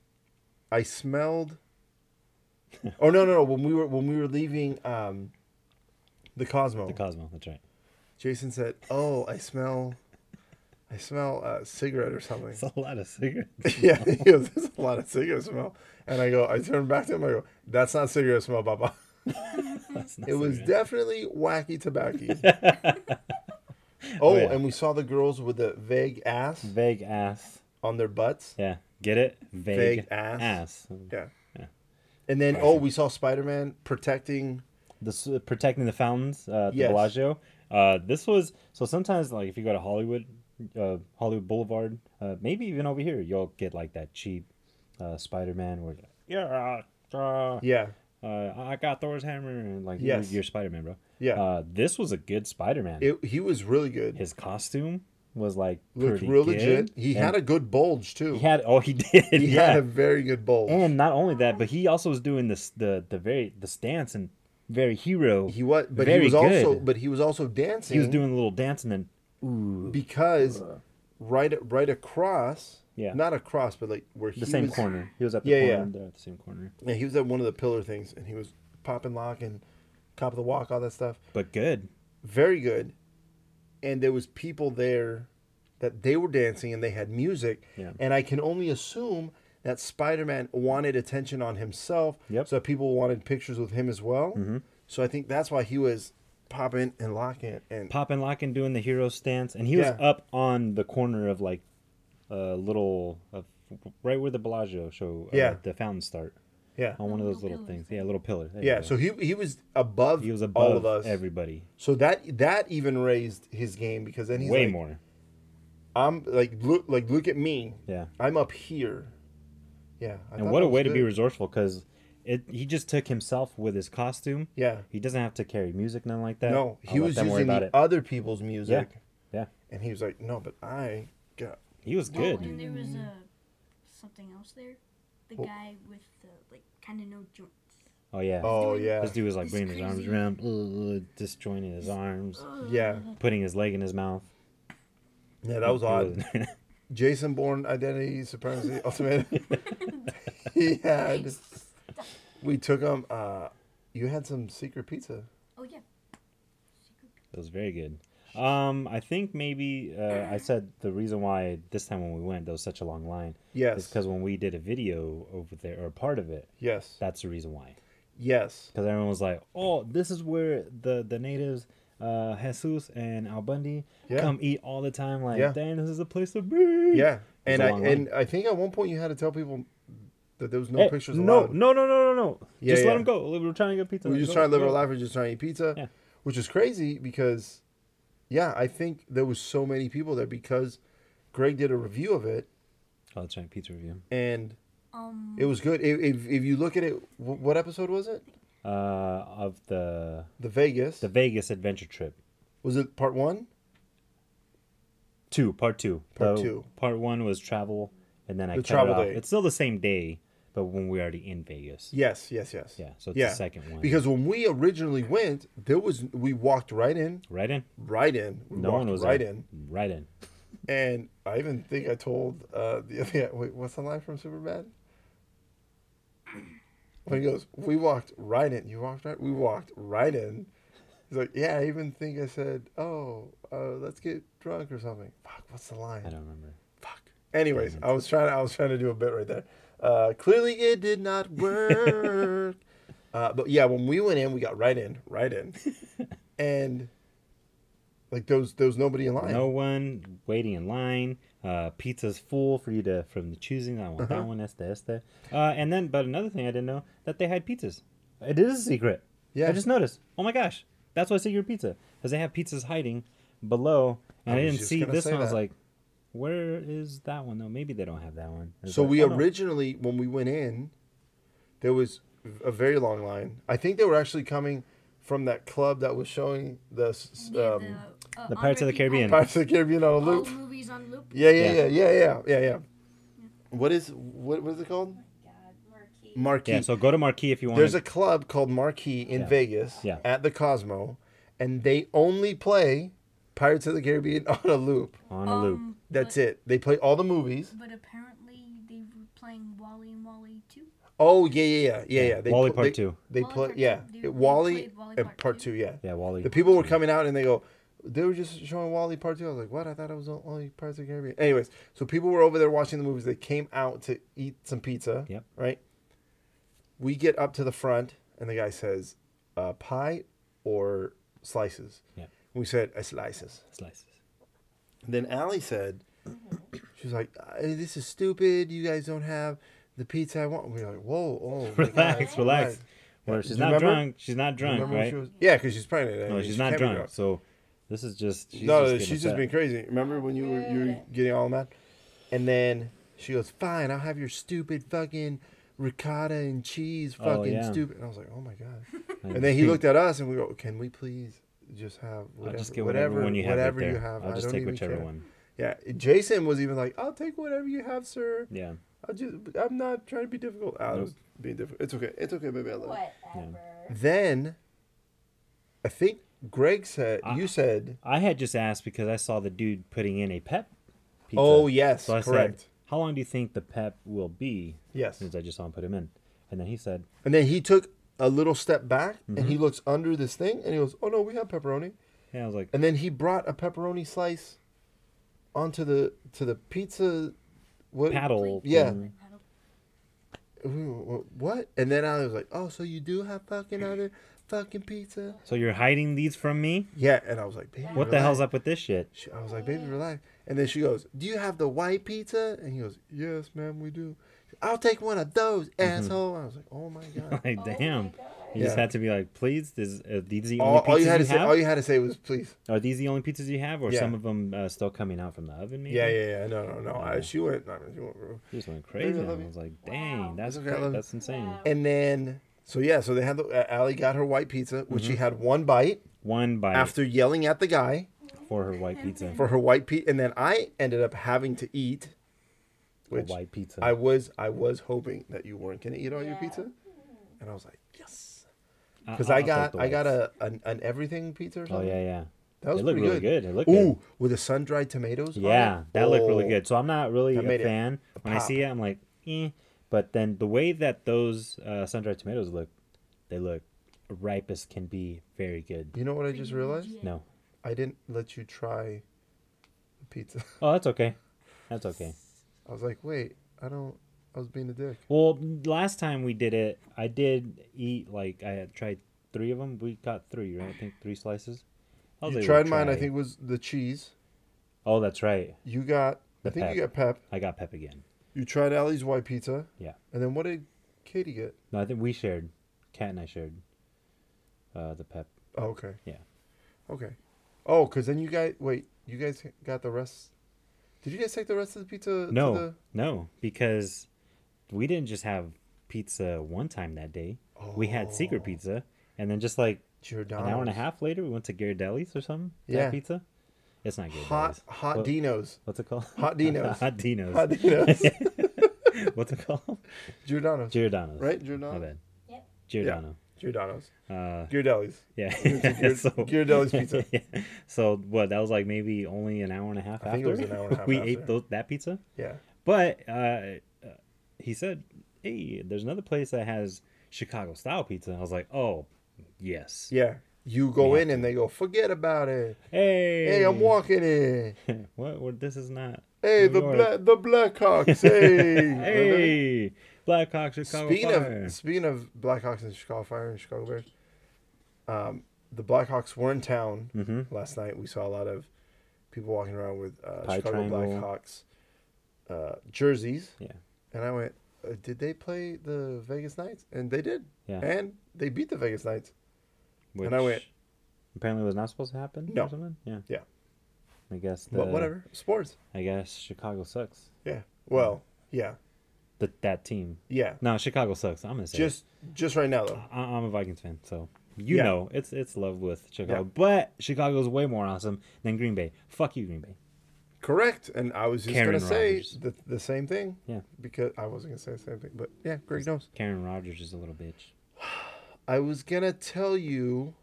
I smelled Oh no no no when we were when we were leaving um the Cosmo.
The Cosmo. That's right.
Jason said, "Oh, I smell I smell a cigarette or something."
It's a lot of cigarettes.
yeah, he goes, "There's a lot of cigarette smell." And I go I turn back to him I go, "That's not cigarette smell, papa."
That's not
It was
cigarettes.
definitely wacky tobacco. oh,
yeah.
and we saw the girls with the vague ass
vague ass.
on their butts.
Yeah. Get it? Vague,
Vague ass.
ass.
Yeah. And then oh, we saw Spider Man protecting.
The s- protecting the fountains uh, at the
Yes.
Bellagio. Uh, this was so sometimes like if you go to Hollywood, uh, Hollywood Boulevard, uh, maybe even over here, you'll get like that cheap uh, Spider Man where yeah, uh,
Yeah,
uh, I got Thor's hammer and like
Yes.
you're, Spider Man, bro.
Yeah.
Uh, this was a good Spider Man.
it, he was really good.
His costume was like
Looked
pretty
real
good.
legit. He
and
had a good bulge too.
he had oh he did
He
yeah.
had a very good bulge.
and not only that, but he also was doing this the the very the stance and very hero.
he was, but he
very
was also,
good.
but he was also dancing.
He was doing a little dance and then ooh
because right, right across.
Yeah.
Not across, but like where he
the same
was,
corner. He was at the
Yeah,
corner
yeah.
there at the same corner.
Yeah, he was at one of the pillar things, and he was popping lock and top of the walk, all that stuff.
But good.
very good and there was people there that they were dancing and they had music
Yeah.
and i can only assume that spider-man wanted attention on himself
Yep. Mm-hmm.
so people wanted pictures with him as well So I think that's why he was popping and locking and
popping, locking, doing the hero stance, and he was
Yeah.
up on the corner of like a little of right where the Bellagio show, uh,
Yeah.
the fountains start
yeah.
on one of
Little
those little
pillars.
things. Yeah, little pillar. Oh, There you
Yeah,
go.
so he he was above
he was above
all of us.
everybody,
so that that even raised his game because then he's
way
like,
more.
I'm like look like look at me.
Yeah,
I'm up here. Yeah. I
and
thought
what
that
a
was
way to be
good.
resourceful because it he just took himself with his costume.
Yeah.
He doesn't have to carry music, nothing like that.
No,
I'll
he
let
was
them worry
using
about
the
it.
other people's music.
Yeah.
And he was like, no, but I got
He was
Oh,
good.
and there was uh, something else there. The
What?
guy with the like kind of no joints.
Oh yeah.
Oh
doing-
yeah.
This dude was like
It's
bringing his arms
crazy.
around, uh, disjointing his arms,
Yeah.
putting his leg in his mouth.
Yeah, that was
It
odd. Jason Bourne identity supremacy ultimate. he had we took him uh you had some secret pizza.
Oh yeah.
It was very good. Um, I think maybe uh, I said the reason why this time when we went there was such a long line is
Yes.
because when we did a video over there or part of it,
Yes.
that's the reason why.
Yes.
Because everyone was like, "Oh, this is where the the natives, uh, Jesus and Al Bundy
Yeah.
come eat all the time. Like,
Yeah.
damn, this is the place to be."
Yeah. And
a
I
long
and I think at one point you had to tell people that there was no
Hey,
pictures
Eh, no,
allowed.
no, no, no, no, no.
Yeah,
just let
yeah.
them go. We're trying to get pizza.
We're just
Go,
trying to live
go.
our life. We're just trying to eat pizza,
Yeah.
which is crazy because, yeah, I think there was so many people there because Greg did a review of it
Oh, that's right, pizza review.
and
Um.
it was good. If if, if you look at it, wh- what episode was it?
Uh, of the
The Vegas
the Vegas adventure trip.
was it part one?
two part two
Part
The-
two.
part one was travel and then i
The
cut
travel
it off
day.
it's still the same day but when we're already in vegas
Yes, yes, yes.
yeah so it's the second one
Because when we originally went, there was we walked right in,
right in
right in, we
no
walked
one was
right
there.
in,
right in
and I even think I told uh, the other guy, wait, what's the line from Superbad? When he goes, we walked right in. You walked right. We walked right in. He's like, yeah. I even think I said, oh, uh, let's get drunk or something. Fuck, what's the line?
i don't remember
Fuck. Anyways, I was trying. I was trying to do a bit right there. Uh, clearly, it did not work. uh, but yeah, when we went in, we got right in, right in, and like those, there was nobody in line.
no one waiting in line uh pizza's full for you to from the choosing i want
Uh-huh.
that one that's the that's the uh and then but another thing i didn't know that they had pizzas it is a secret
Yeah.
i just noticed oh my gosh that's why i said your pizza because they have pizzas hiding below and
I
i,
was
didn't
just
see
gonna
this
say
one i was
that.
like where is that one though maybe they don't have that one It's
So
like,
we
oh, no.
originally, when we went in, there was a very long line. I think they were actually coming from that club that was showing the s-
yeah,
um,
the, uh,
The
on
Pirates of the
repeat-
Caribbean.
All,
Pirates of the Caribbean on a
all
loop.
movies on loop.
Yeah, yeah, yeah,
Yeah.
yeah, yeah, yeah, yeah. What is what? What is it called?
God, Marquis.
Marquee.
Yeah, so go to Marquee if you want.
There's a club called Marquee in
Yeah.
Vegas
Yeah.
at the Cosmo, and they only play Pirates of the Caribbean on a loop.
on a loop.
Um,
That's
but,
it. They play all the movies.
But apparently they were playing Wally and Wally too.
Oh yeah, yeah, yeah, yeah, yeah. They
Wally
pl-
Part
they-
Two.
They
Wally
play
Part Two.
yeah.
They-
It-
they
Wally,
played Wally
and
Part
Part
Two.
Two. Yeah.
Yeah, Wally.
The people were coming out and they go, they were just showing Wally Part Two. I was like, what? I thought it was only Pirates of the Caribbean. Anyways, so people were over there watching the movies. They came out to eat some pizza.
Yep.
Right. We get up to the front and the guy says, uh, pie or slices.
Yeah.
We said uh, slices.
Slices.
And then Allie said, she was like, "Uh, this is stupid. You guys don't have the pizza I want. We were like, whoa, oh, my God,
Relax, relax.
relax.
Well,
Do
she's
you
not
remember?
drunk. She's not drunk,
Remember when
right?
she was? Yeah, because she's pregnant. I
no,
mean,
she's
she
not
can't be
drunk. So this is just. She's
no,
just
no,
getting
she's just
upset.
been crazy. Remember when you were you were getting all mad, and then she goes, "Fine, I'll have your stupid fucking ricotta and cheese,
Oh,
fucking
yeah.
stupid." And I was like, "Oh my god!"
Like,
And then he
dude,
looked at us, and we go, "Can we please just have
I'll
whatever,
just get whatever,
whatever,
one you have.
whatever
right
you
there.
have?
I'll
I
just
don't
take
even
whichever
care."
one.
Yeah, Jason was even like, "I'll take whatever you have, sir.
Yeah.
I'll just, I'm not trying to be difficult. I was being difficult. It's okay. It's okay, baby. I love you."
Whatever. Oh
Then, I think Greg said,
I-
"You said,
I had just asked because I saw the dude putting in a pep. Pizza.
oh yes,
So I
correct,
said, "How long do you think the pep will be?"
yes."
Since I just saw him put him in, and then he said,
And then he took a little step back and
Mm-hmm.
he looks under this thing and he goes, "Oh no, we have pepperoni."
"Yeah." I was like,
And then he brought a pepperoni slice onto the to the pizza. What?
"Paddle."
Yeah.
thing.
Ooh, wh- What? And then I was like, "Oh, so you do have fucking other fucking pizza.
So you're hiding these from me?
Yeah, and I was like, baby,
What the hell's
relax."
up with this shit?
She, I was like, baby, relax. And then she goes, do you have the white pizza? And he goes, yes, ma'am, we do. I'll take one of those,
Mm-hmm.
asshole. I was like, oh my god.
Like,
Oh my
damn.
God.
You just
Yeah.
had to be like, please, is, are these the
all,
only
all
pizzas
you
you,
had to say,
have?
all you had to say was please.
Are these the only pizzas you have, or
Yeah.
some of them uh, still coming out from the oven? Maybe.
Yeah, yeah, yeah. No, no, no. I, she went. No, she went real-
She just went crazy.
love
on it.
you.
I was like, dang,
Wow.
that's
It's okay, I
cra-
love you.
that's insane.
Wow.
And then, so yeah, so they had the uh, Allie got her white pizza, which
Mm-hmm.
she had one bite
One bite
after yelling at the guy
for her white pizza.
for her white pizza, and then I ended up having to eat,
A
which
white pizza.
I was I was hoping that you weren't gonna eat all your
Yeah.
pizza, and I was like yes,
I-
because
I'll
I
take
got
the
I got
whites.
a an, an everything pizza or
Oh
something.
yeah, yeah.
That was
it looked
pretty
really good.
good.
It looked
Ooh, with the sun dried tomatoes.
good.
on
Yeah,
it?
that looked really
Oh.
good. So I'm not really
That
a
made it
fan. When I
pop.
see it, I'm like, eh. But then the way that those uh, sun-dried tomatoes look, they look ripe as can be. Very good.
You know what I just realized?
No.
I didn't let you try the pizza.
Oh, that's okay. That's okay.
I was like, wait, I don't. I was being a dick.
Well, last time we did it, I did eat like I had tried three of them. We got three, right? I think three slices. I was
You
able to
tried mine. I
try-
think was the cheese.
Oh, that's right.
You got.
The
I think you got
pep.
pep.
I got pep again.
You tried Allie's white pizza.
Yeah.
And then what did Katie get?
No, I think we shared. Kat and I shared uh, the pep.
Oh, okay.
Yeah.
Okay. Oh, cause then you guys wait. You guys got the rest. Did you guys take the rest of the pizza? to
No,
the-
no, because we didn't just have pizza one time that day. We had
Oh.
secret pizza, and then just like
Giordano's.
an hour and a half later, we went to Ghirardelli's or something. to
Yeah.
have pizza. It's not Ghirardelli's.
Hot, hot
What-
Dino's.
What's it called?
Hot Dino's.
Hot Dino's.
Hot Dino's.
What's it called?
Giordano's.
Giordano's.
Right,
My
Giordano's.
bad.
Yep.
Giordano.
Giordano's.
Uh,
Ghirardelli's.
yeah.
Ghir- Ghirardelli's pizza.
yeah. So what? That was like maybe only an hour and a half
I
after
think it was an hour and a half
we
after.
ate those, that pizza.
Yeah.
But uh, uh, he said, "Hey, there's another place that has Chicago style pizza." And I was like, "Oh, yes.
Yeah. You go
We
in and they go, forget about it.
Hey,
Hey, I'm walking in.
what, what? This is not.
Hey, the
New York.
Bla- the Blackhawks. Hey.
Hey, Blackhawk Chicago
Speaking
Fire.
of speaking of Blackhawks and Chicago Fire and Chicago Bears, um, the Blackhawks were in town
Mhm.
last night. We saw a lot of people walking around with uh,
Pie
Chicago
triangle.
Blackhawks uh, jerseys.
Yeah.
And I went, uh, did they play the Vegas Knights? And they did.
Yeah.
And they beat the Vegas Knights.
Which
and I went-
Apparently, was not supposed to happen.
No.
Or something? Yeah.
Yeah.
I guess. The,
But whatever, sports.
I guess Chicago sucks.
Yeah. Well, yeah,
That that team.
yeah.
No, Chicago sucks. I'm gonna say. it.
Just just right now though.
I- I'm a Vikings fan, so you
Yeah.
know it's it's love with Chicago.
Yeah.
But Chicago is way more awesome than Green Bay. Fuck you, Green Bay.
Correct. And I was just
Karen
gonna say
Rodgers.
the, the same thing.
Yeah.
Because I wasn't gonna say the same thing, but yeah, Greg knows.
Karen Rodgers is a little bitch.
I was gonna tell you.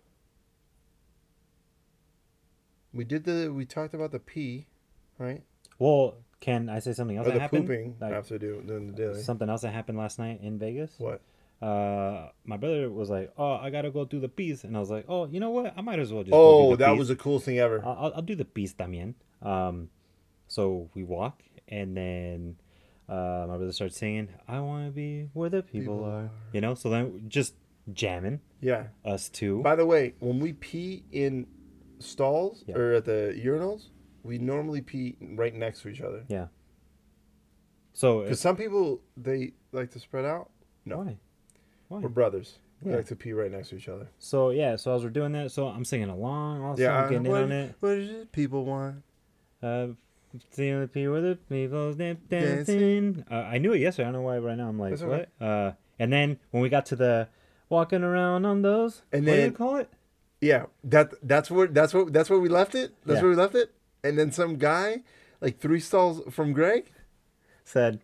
We did the. We talked about the pee, right?
Well, can I say something else
or
that
the
happened?
pooping
Like,
after doing doing the daily.
something else that happened last night in Vegas.
What?
Uh, my brother was like, "Oh, I gotta go do the piece," and I was like, "Oh, you know what? I might as well just." go
Oh,
do the Oh.
that
piece.
was the coolest thing ever.
I'll, I'll- I'll do the piece también. Um, so we walk, and then uh, my brother starts singing, "I want to be where the people,
People
are.
are.
You know, so then just jamming
yeah.
us two.
By the way, when we pee in stalls
Yeah.
or at the urinals, we normally pee right next to each other.
Yeah. So
Because
it's
some people they like to spread out. No,
why? Why?
we're brothers. We
Yeah.
like to pee right next to each other.
So yeah, so as we're doing that, so I'm singing along, also
yeah,
I'm
I-
getting in
what,
on it.
what is it? People want.
Uh, seeing the people with the people dan-
Dancing.
dancing. Uh, I knew it yesterday. I don't know why right now I'm like
That's
what.
okay.
Uh, and then when we got to the walking around on those,
And
what do you
then-
call it?
Yeah, that that's where that's what that's where we left it. That's
Yeah.
where we left it. And then some guy, like three stalls from Greg.
Said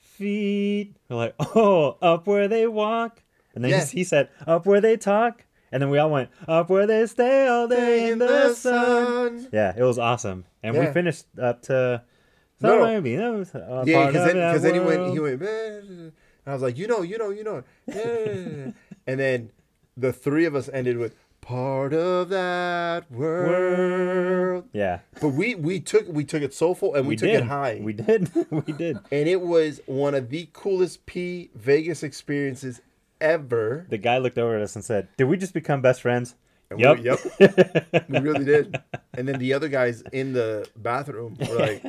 feet. We're like oh up where they walk, and then he-
Yes.
he, said up where they talk, and then we all went up where they stay all day in the sun. Yeah, it was awesome, and we
Yeah.
finished up to.
No, no.
Somewhere we know, uh,
Yeah,
part of
because
that
because then he went he went.
world.
"Bah," And I was like, you know, you know, you know. and then the three of us ended with part of that world.
Yeah,
But we we took we took it soulful and we, took
did.
it high.
We did. we did.
and it was one of the coolest P Vegas experiences ever.
The guy looked over at us and said, "Did we just become best friends?"
And we-
Yep.
yep. We really did. And then the other guys in the bathroom were like,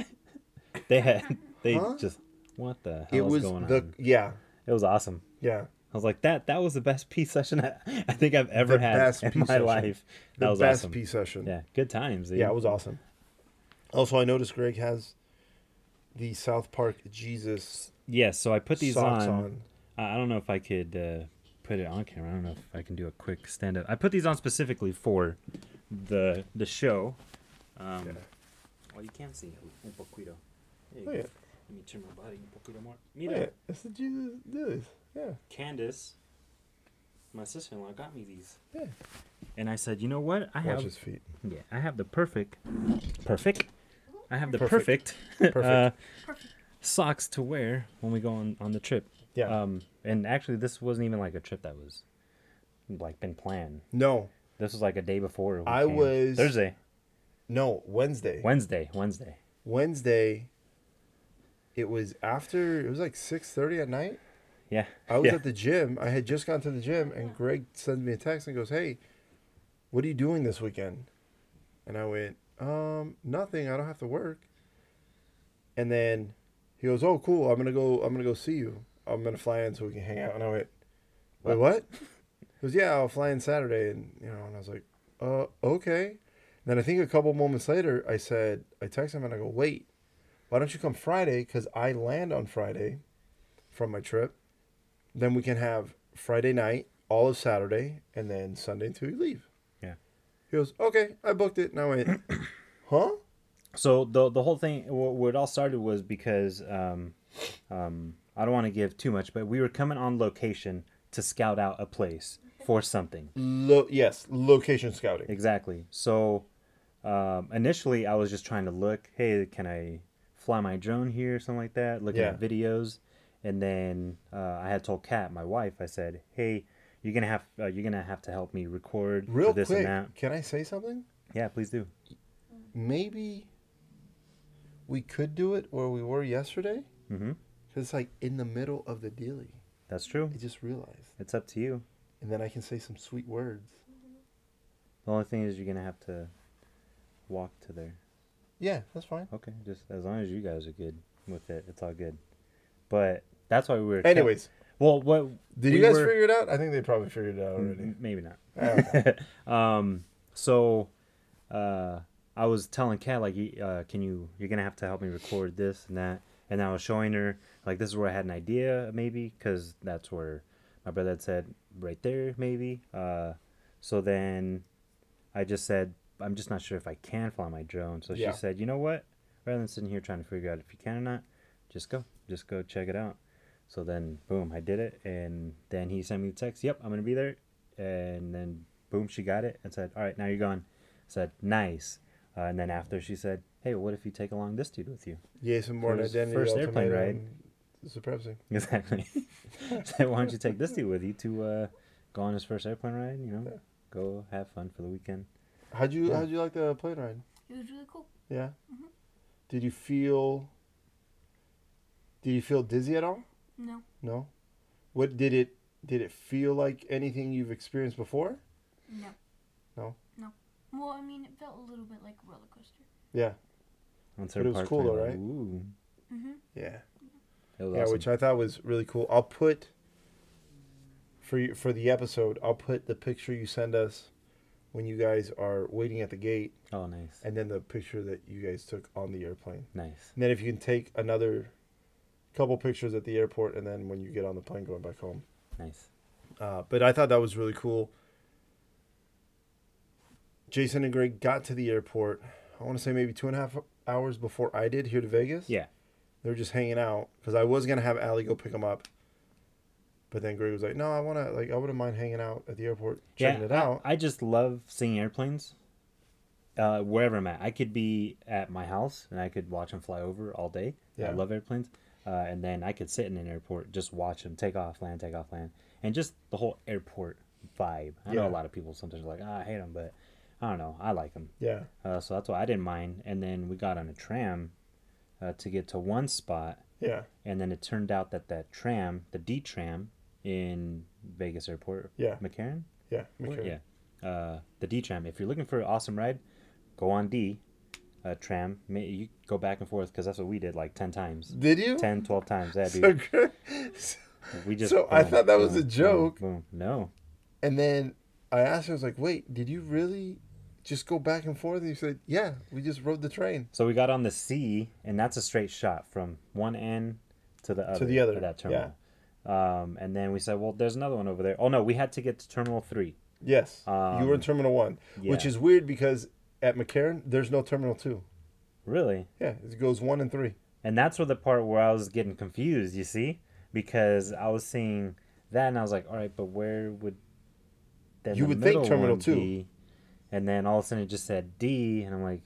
they had. They
Huh?
just. What the hell
it
was
was
going
the
on?
yeah
It was awesome.
yeah
I was like, that that was the best pee session I, I think I've ever
The
had
best
in
pee
my
session.
life.
the
That was
best
awesome.
pee session.
Yeah, good times. Dude.
Yeah, it was awesome. Also, I noticed Greg has the South Park Jesus
Yeah, so I put these
socks on.
on. I I don't know if I could uh, put it on camera. I don't know if I can do a quick stand up. I put these on specifically for the the show. Um,
Yeah. Oh,
Well, you can see un poquito. There
Look
you go.
at it.
Let me turn my body un poquito more.
Look
Mira,
at it. It's the Jesus. This. Yeah.
Candace, my sister in law, got me these.
Yeah.
And I said, you know what? I
Watch
have
his feet.
Yeah, I have the perfect, perfect. I have the
Perfect.
perfect, uh,
Perfect.
socks to wear when we go on on the trip.
Yeah.
Um, and actually, this wasn't even like a trip that was like been planned.
No,
This was like a day before. we
I
came.
was-
Thursday,
no. Wednesday.
Wednesday, Wednesday.
Wednesday. It was after. It was like six thirty at night.
Yeah.
I was
yeah.
at the gym. I had just gone to the gym, and Greg sends me a text and goes, "Hey, what are you doing this weekend?" And I went, "Um, nothing. I don't have to work." And then he goes, "Oh, cool. I'm gonna go. I'm gonna go see you. I'm gonna fly in so we can hang out." And I went, "Wait,
What?
what?" He goes, "Yeah, I'll fly in Saturday." And you know, and I was like, "Uh, okay." And then I think a couple moments later, I said, I text him and I go, "Wait, why don't you come Friday? Because I land on Friday from my trip." then we can have Friday night, all of Saturday, and then Sunday until you leave.
Yeah.
He goes, okay, I booked it. And I went, huh?
so the the whole thing, wh- where it all started was because um, um, I don't want to give too much, but we were coming on location to scout out a place for something.
Lo- yes, location scouting.
Exactly. So um, initially, I was just trying to look. Hey, can I fly my drone here or something like that? Looking at
Yeah.
videos, and then uh, I had told Kat, my wife, I said, "Hey, you're gonna have uh, you're gonna have to help me record for
Real
this
quick,
and that."
can I say something?
Yeah, please do.
Maybe we could do it where we were yesterday.
Mhm.
Because it's like in the middle of the dealy.
That's true.
I just realized.
It's up to you.
And then I can say some sweet words.
The only thing is you're gonna have to walk to there.
Yeah, that's fine.
Okay, just as long as you guys are good with it, it's all good. But that's why we were.
Anyways,
well, what
did
we
you guys
were-
figure it out? I think they probably figured it out already.
M- Maybe not.
Ah,
um, so uh, I was telling Kat like, y- uh, can you? You're gonna have to help me record this and that. And I was showing her like this is where I had an idea maybe because that's where my brother had said right there maybe. Uh, so then I just said I'm just not sure if I can fly my drone. So
Yeah.
she said, you know what? Rather than sitting here trying to figure out if you can or not, just go, just go check it out. So then, boom, I did it, and then he sent me the text. Yep, I'm gonna be there, and then boom, she got it and said, "All right, now you're gone." I said, "Nice." Uh, and then after she said, "Hey, what if you take along this dude with you?"
Jason Bourne
It was
identity.
first airplane
Ultimatum,
ride.
and Supremacy.
Exactly. I said, "Why don't you take this dude with you to uh, go on his first airplane ride? You know, go have fun for the weekend."
How'd you
Yeah.
how'd you like the plane ride?
It was really cool.
Yeah. Did you feel? Did you feel dizzy at all?
No,
No. What did it? Did it feel like anything you've experienced before?
no.
No?
No. Well, I mean, it felt a little bit like a roller coaster.
Yeah.
Once
But it was cool though, right?
Ooh,
Mhm.
Yeah.
it was
yeah,
awesome.
which I thought was really cool. I'll put for you, for the episode. I'll put the picture you send us when you guys are waiting at the gate,
oh, nice,
and then the picture that you guys took on the airplane.
nice.
And then if you can take another couple pictures at the airport, and then when you get on the plane going back home.
Nice.
Uh, but I thought that was really cool. Jason and Greg got to the airport. I want to say maybe two and a half hours before I did here to Vegas.
Yeah.
they were just hanging out because I was gonna have Allie go pick them up, but then Greg was like, "No, I wanna like I wouldn't mind hanging out at the airport checking
yeah,
it out."
I, I just love seeing airplanes. Uh, wherever I'm at, I could be at my house and I could watch them fly over all day.
Yeah.
I love airplanes. Uh, and then I could sit in an airport, just watch them take off, land, take off, land, and just the whole airport vibe. I know
Yeah.
a lot of people sometimes are like, "Ah, I hate them, but I don't know, I like them.
yeah,
Uh, so that's why I didn't mind. And then we got on a tram uh, to get to one spot,
yeah,
and then it turned out that that tram, the D tram, in Vegas Airport.
Yeah.
McCarran.
Yeah.
Or-
McCarran.
Yeah, uh, the D tram. If you're looking for an awesome ride, go on D uh, tram. May, you go back and forth because that's what we did like ten times,
Did you?
10, 12 times. Yeah,
So
dude.
good.
we just.
so I thought that was a
boom,
joke.
boom. No,
And then I asked her, I was like, wait, did you really just go back and forth? And he said, yeah, we just rode the train.
so we got on the C, and that's a straight shot from one end to the other.
the other,
of that terminal. Um, and then we said, well, there's another one over there. Oh no, we had to get to Terminal Three.
Yes. you were in
Um,
Terminal 1, which
yeah.
is weird because at McCarran, there's no Terminal 2.
Really?
Yeah, it goes 1 and 3.
And that's where the part where I was getting confused, you see? Because I was seeing that and I was like, all right, but where would then
You would think
middle
Terminal
one
Two.
be?" And then all of a sudden it just said D and I'm like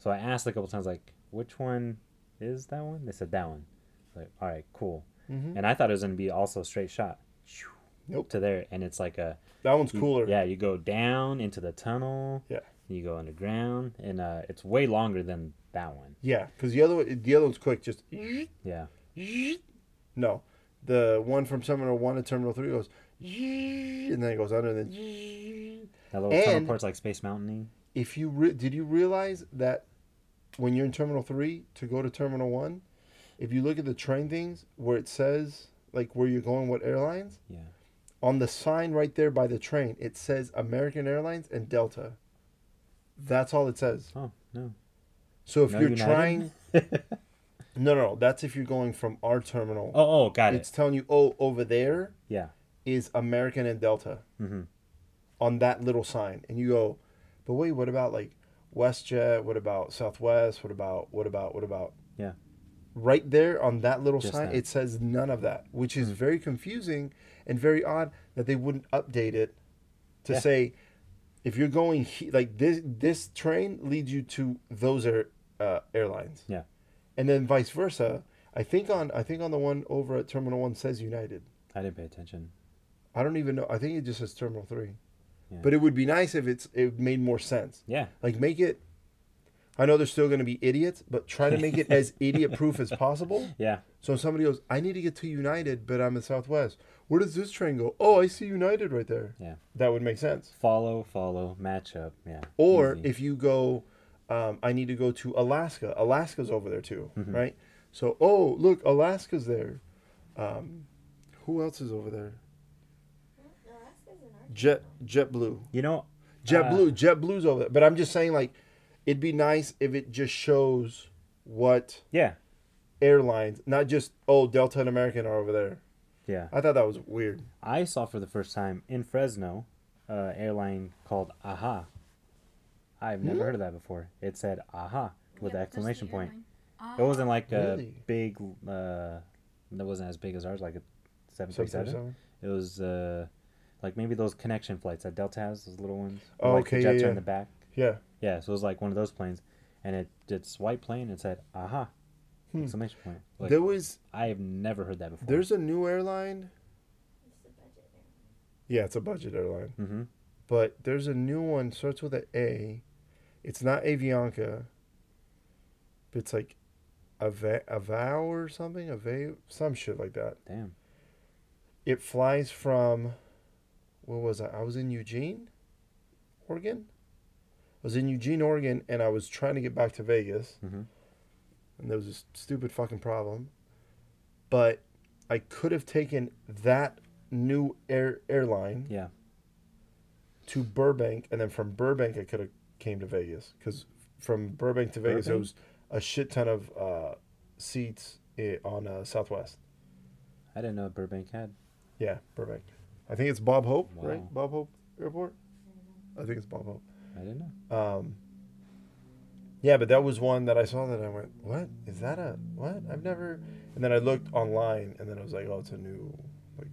So I asked a couple times like, which one is that one? They said that one. I was like, all right, cool.
Mhm.
And I thought it was gonna be also a straight shot. Shoo,
Nope.
To there and it's like a
That one's
you-
cooler.
Yeah, you go down into the tunnel.
Yeah.
You go underground and uh, it's way longer than that one.
Yeah, because the other one- the other one's quick, just
Yeah.
no. The one from Terminal One to Terminal Three goes, and then it goes under. And then
That little tunnel
And-
part's like Space Mountain
if you re- did you realize that when you're in Terminal Three to go to Terminal One, if you look at the train things where it says like where you're going, what airlines
Yeah.
on the sign right there by the train, it says American Airlines and Delta. That's all it says.
Oh, no.
So if
No
you're
United?
trying,
oh,
no, no, no, that's if you're going from our terminal.
oh, got
it's
it.
telling you, oh, over there
Yeah.
is American and Delta
Mm-hmm.
on that little sign, and you go, but wait, what about like WestJet? What about Southwest? What about what about what about?
Yeah.
Right there on that little
Just
sign,
that. Mm.
it says none of that, which is very confusing and very odd that they wouldn't update it to
Yeah.
say if you're going he- like this this train leads you to those air, uh, airlines.
Yeah.
And then vice versa. I think on I think on the one over at Terminal One says United.
I didn't pay attention.
I don't even know. I think it just says Terminal Three.
Yeah.
But it would be nice if it's it made more sense.
Yeah.
Like make it. I know there's still going to be idiots, but try to make it as idiot proof as possible.
Yeah.
So if somebody goes, I need to get to United, but I'm in Southwest. Where does this train go? Oh, I see United right there.
Yeah.
That would make sense.
Follow, follow, match up. Yeah.
Or
Easy.
if you go, um, I need to go to Alaska. Alaska's over there too,
Mm-hmm.
right? So oh look, Alaska's there. Um, who else is over there?
Alaska's in our
Jet JetBlue.
you know, uh,
JetBlue, JetBlue's over there. But I'm just saying, like, it'd be nice if it just shows what
yeah.
airlines, not just oh Delta and American are over there.
Yeah.
I thought that was weird.
I saw for the first time in Fresno uh, airline called AHA. I've
Hmm?
never heard of that before. It said AHA with an
Yeah, that's the
exclamation point.
airline. Uh,
It wasn't like a
Really?
big, uh, it wasn't as big as ours, like a 737.
Something-
It was uh, like maybe those connection flights that Delta has, those little ones.
Oh,
like
okay,
The jets
yeah,
are
yeah.
in the back.
Yeah.
Yeah, so it was like one of those planes, and it it's white plane. It said "aha!" exclamation point. Like
Hmm. there was
I have never heard that before.
there's a new airline.
it's the budget airline.
Yeah, it's a budget airline.
hmm
But there's a new one, starts with an A. It's not Avianca. But it's like Ava Avow or something? Ava some shit like that.
damn.
it flies from where was I? I was in Eugene, Oregon. I was in Eugene, Oregon, and I was trying to get back to Vegas,
Mhm.
and there was this stupid fucking problem. But I could have taken that new air airline
Yeah,
to Burbank, and then from Burbank I could have came to Vegas because from Burbank to Vegas it
Burbank?
was a shit ton of uh, seats eh, on uh, Southwest.
I didn't know Burbank had.
Yeah, Burbank. I think it's Bob Hope,
Wow.
right? Bob Hope Airport. I think it's Bob Hope.
I didn't know.
Um, yeah, but that was one that I saw that I went, "What is that a what? I've never." And then I looked online, and then I was like, "Oh, it's a new, like,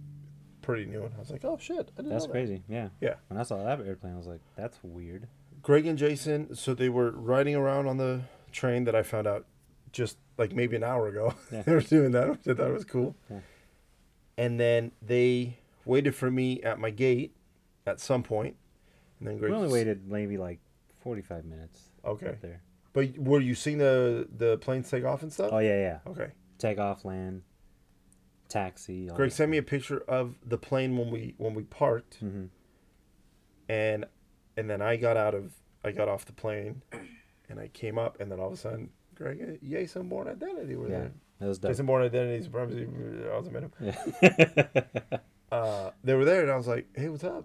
pretty new one." I was like, "Oh shit, I didn't
That's
know that."
crazy. Yeah.
Yeah.
When I saw that airplane, I was like, "That's weird."
Greg and Jason, so they were riding around on the train that I found out just like maybe an hour ago.
Yeah.
they were doing that, which I thought was cool.
Yeah.
And then they waited for me at my gate at some point, and then Greg.
we only
s-
waited maybe like forty-five minutes.
Okay,
Up there.
but were you seeing the the planes take off and stuff?
Oh yeah, yeah.
Okay.
Take off, land. taxi. All
Greg
that.
sent me a picture of the plane when we when we parked,
Mhm.
and and then I got out of I got off the plane, and I came up, and then all of a sudden, Greg, eh, Jason Bourne Identity were
Yeah,
there.
that was dope.
Jason Bourne Identity, Supremacy, uh, I was a minimum.
Yeah.
Uh, they were there, and I was like, hey, what's up?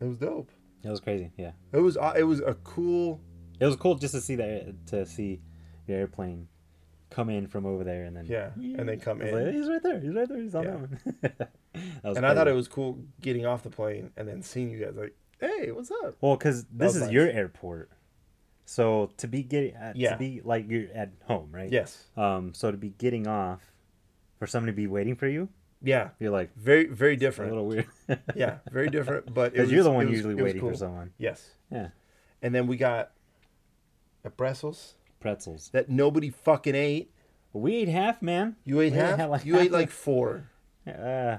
It was dope.
It was crazy. Yeah,
It was uh, it was a cool.
it was cool just to see that to see the airplane come in from over there and then
Yeah, and then come
I was like,
in.
he's right there. He's right there. He's on
Yeah.
that one. that was
And I thought
crazy.
it was cool getting off the plane and then seeing you guys like, hey, what's up?
Well, because this
was
is
nice.
your airport, so to be getting uh,
Yeah.
to be like you're at home, right?
Yes.
Um. So to be getting off, for somebody to be waiting for you,
Yeah.
you're like
Very very
a
different.
little weird.
Yeah, very different. But it
Because
was,
you're the
it
one
was-
usually
it was
waiting for
cool.
someone.
Yes.
Yeah.
And then we got a Brussels
Pretzels.
that nobody fucking ate.
We ate half, man.
You ate
We
half.
had, like,
you ate
half
like four.
Uh,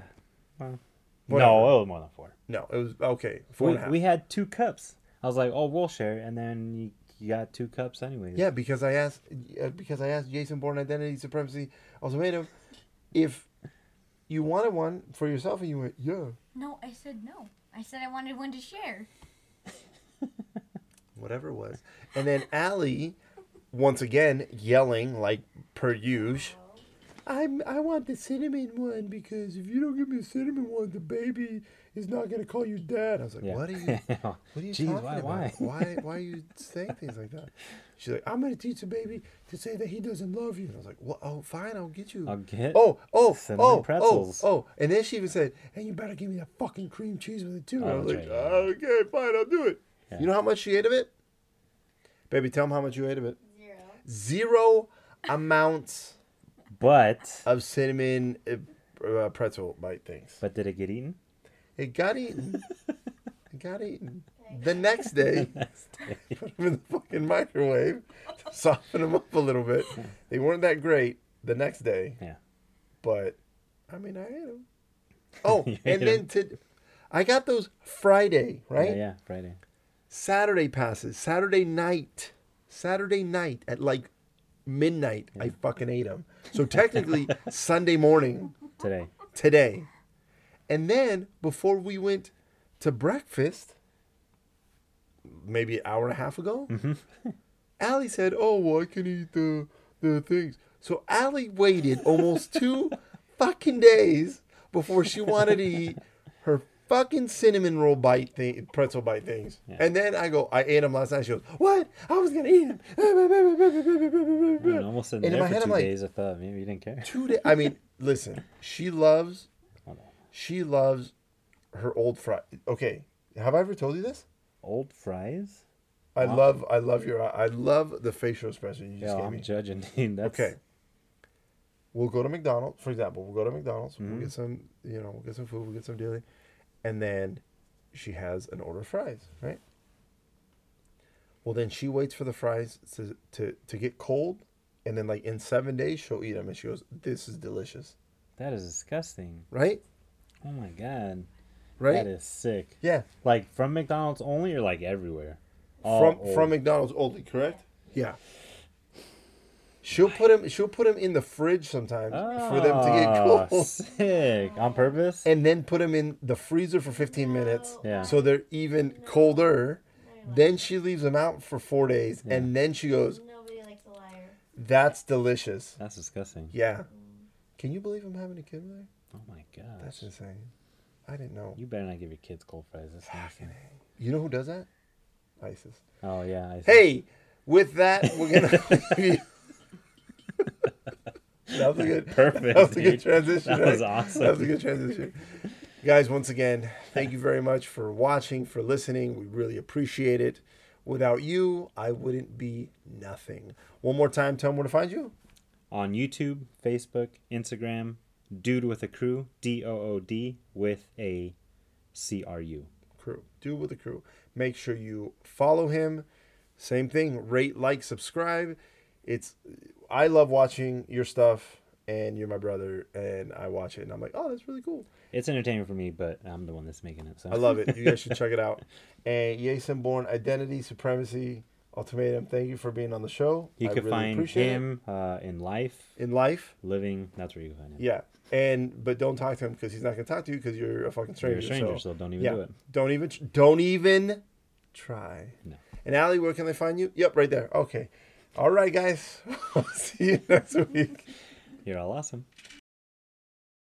well,
Whatever.
no, it was more than four.
No, it was okay. Four
We,
and a half.
we had two cups. I was like, oh, we'll share, and then you, you got two cups anyways.
Yeah, because I asked uh, because I asked Jason Bourne Identity Supremacy Ultimatum if you wanted one for yourself, and you went, yeah,
No, I said no. I said I wanted one to share.
whatever it was. And then Allie, once again, yelling like per usual. I'm, I want the cinnamon one because if you don't give me the cinnamon one, the baby is not gonna call you dad. I was like,
Yeah.
what are you? What are you
Jeez,
talking
why,
about?
why?
why? Why are you saying things like that? She's like, I'm gonna teach the baby to say that he doesn't love you. And I was like, well, oh, fine, I'll get you.
I'll get
Oh, oh,
cinnamon
oh,
pretzels.
oh, oh! And then she even said, "And you better give me that fucking cream cheese with it too." And I
Oh,
was
that's
like,
right, yeah.
"Okay, fine, I'll do it."
Yeah.
You know how much she ate of it? Baby, tell them how much you ate of it.
Zero.
Zero amounts
But
of cinnamon uh, uh, pretzel bite things.
but did it get eaten?
It got eaten. it got eaten. The next day. put them in the fucking microwave, soften them up a little bit. They weren't that great the next day.
Yeah.
But I mean, I ate them. Oh,
You ate
and
'em.
then to, I got those Friday, right?
Yeah, yeah, Friday.
Saturday passes. Saturday night. Saturday night at like midnight, I fucking ate them. So technically, Sunday morning
Today.
today. And then before we went to breakfast, maybe an hour and a half ago, Allie said, Oh, well, I can eat the, the things. So Allie waited almost two fucking days before she wanted to eat her fucking cinnamon roll bite thing, pretzel bite things.
Yeah.
And then I go, I ate them last night. She goes, What? I was going to eat them.
And almost in
And in
there
my
for
head,
two
I'm like-
days. I thought maybe you didn't care.
two days. I mean, listen, she loves, she loves her old fry. Okay, have I ever told you this?
Old fries?
I
Wow.
love, I love your, I love the facial expression you just
Yeah,
gave
I'm
me.
judging. dude. That's
Okay. We'll go to McDonald's, for example. We'll go to McDonald's.
Mm-hmm.
We'll get some, you know, we'll get some food. We'll get some daily, and then she has an order of fries, right? Well, then she waits for the fries to to to get cold, and then like in seven days she'll eat them, and she goes, "This is delicious,"
that is disgusting.
right?
Oh my god.
Right?
That is sick.
Yeah,
Like from McDonald's only or like everywhere? Oh, All
from
old.
from McDonald's only, correct? Yeah. She'll put him. She'll put him in the fridge sometimes for them to
Ah,
get cold,
Sick. On purpose?
and then put him in the freezer for fifteen minutes,
Yeah.
so they're even colder. Then she leaves them out for four days, and then she goes,
Nobody likes a liar.
"That's delicious."
That's disgusting.
Yeah. Can you believe I'm having a kid with her?
Oh my god.
That's insane. I didn't know.
You better not give your kids cold fries. That's nasty.
You know who does that? ISIS.
Oh yeah. I see.
Hey, with that, we're gonna leave you. that was a good,
Perfect,
That was a good
dude.
transition.
That
right?
was awesome.
That was a good transition. Guys, once again, thank you very much for watching, for listening. We really appreciate it. Without you, I wouldn't be nothing. One more time, tell them where to find you.
on YouTube, Facebook, Instagram, Dude with a Crew, D O O D with a C R U.
Crew. Do with the crew. Make sure you follow him. Same thing. Rate, like, subscribe. It's I love watching your stuff and you're my brother and I watch it and I'm like, oh, that's really cool.
It's entertaining for me, but I'm the one that's making it. So
I love it. You guys should check it out. And Jason Bourne Identity Supremacy Ultimatum, thank you for being on the show.
You
I
could
really
find
appreciate it.
him uh, in life,
in life.
living. That's where you can find him.
Yeah, and but don't talk to him because he's not gonna talk to you because you're a fucking stranger.
You're a stranger,
so
so don't even
yeah,
do it.
don't even tr- don't even try.
No.
And Allie, where can they find you? Yep, right there. Okay. All right, guys. See you next week.
You're all awesome.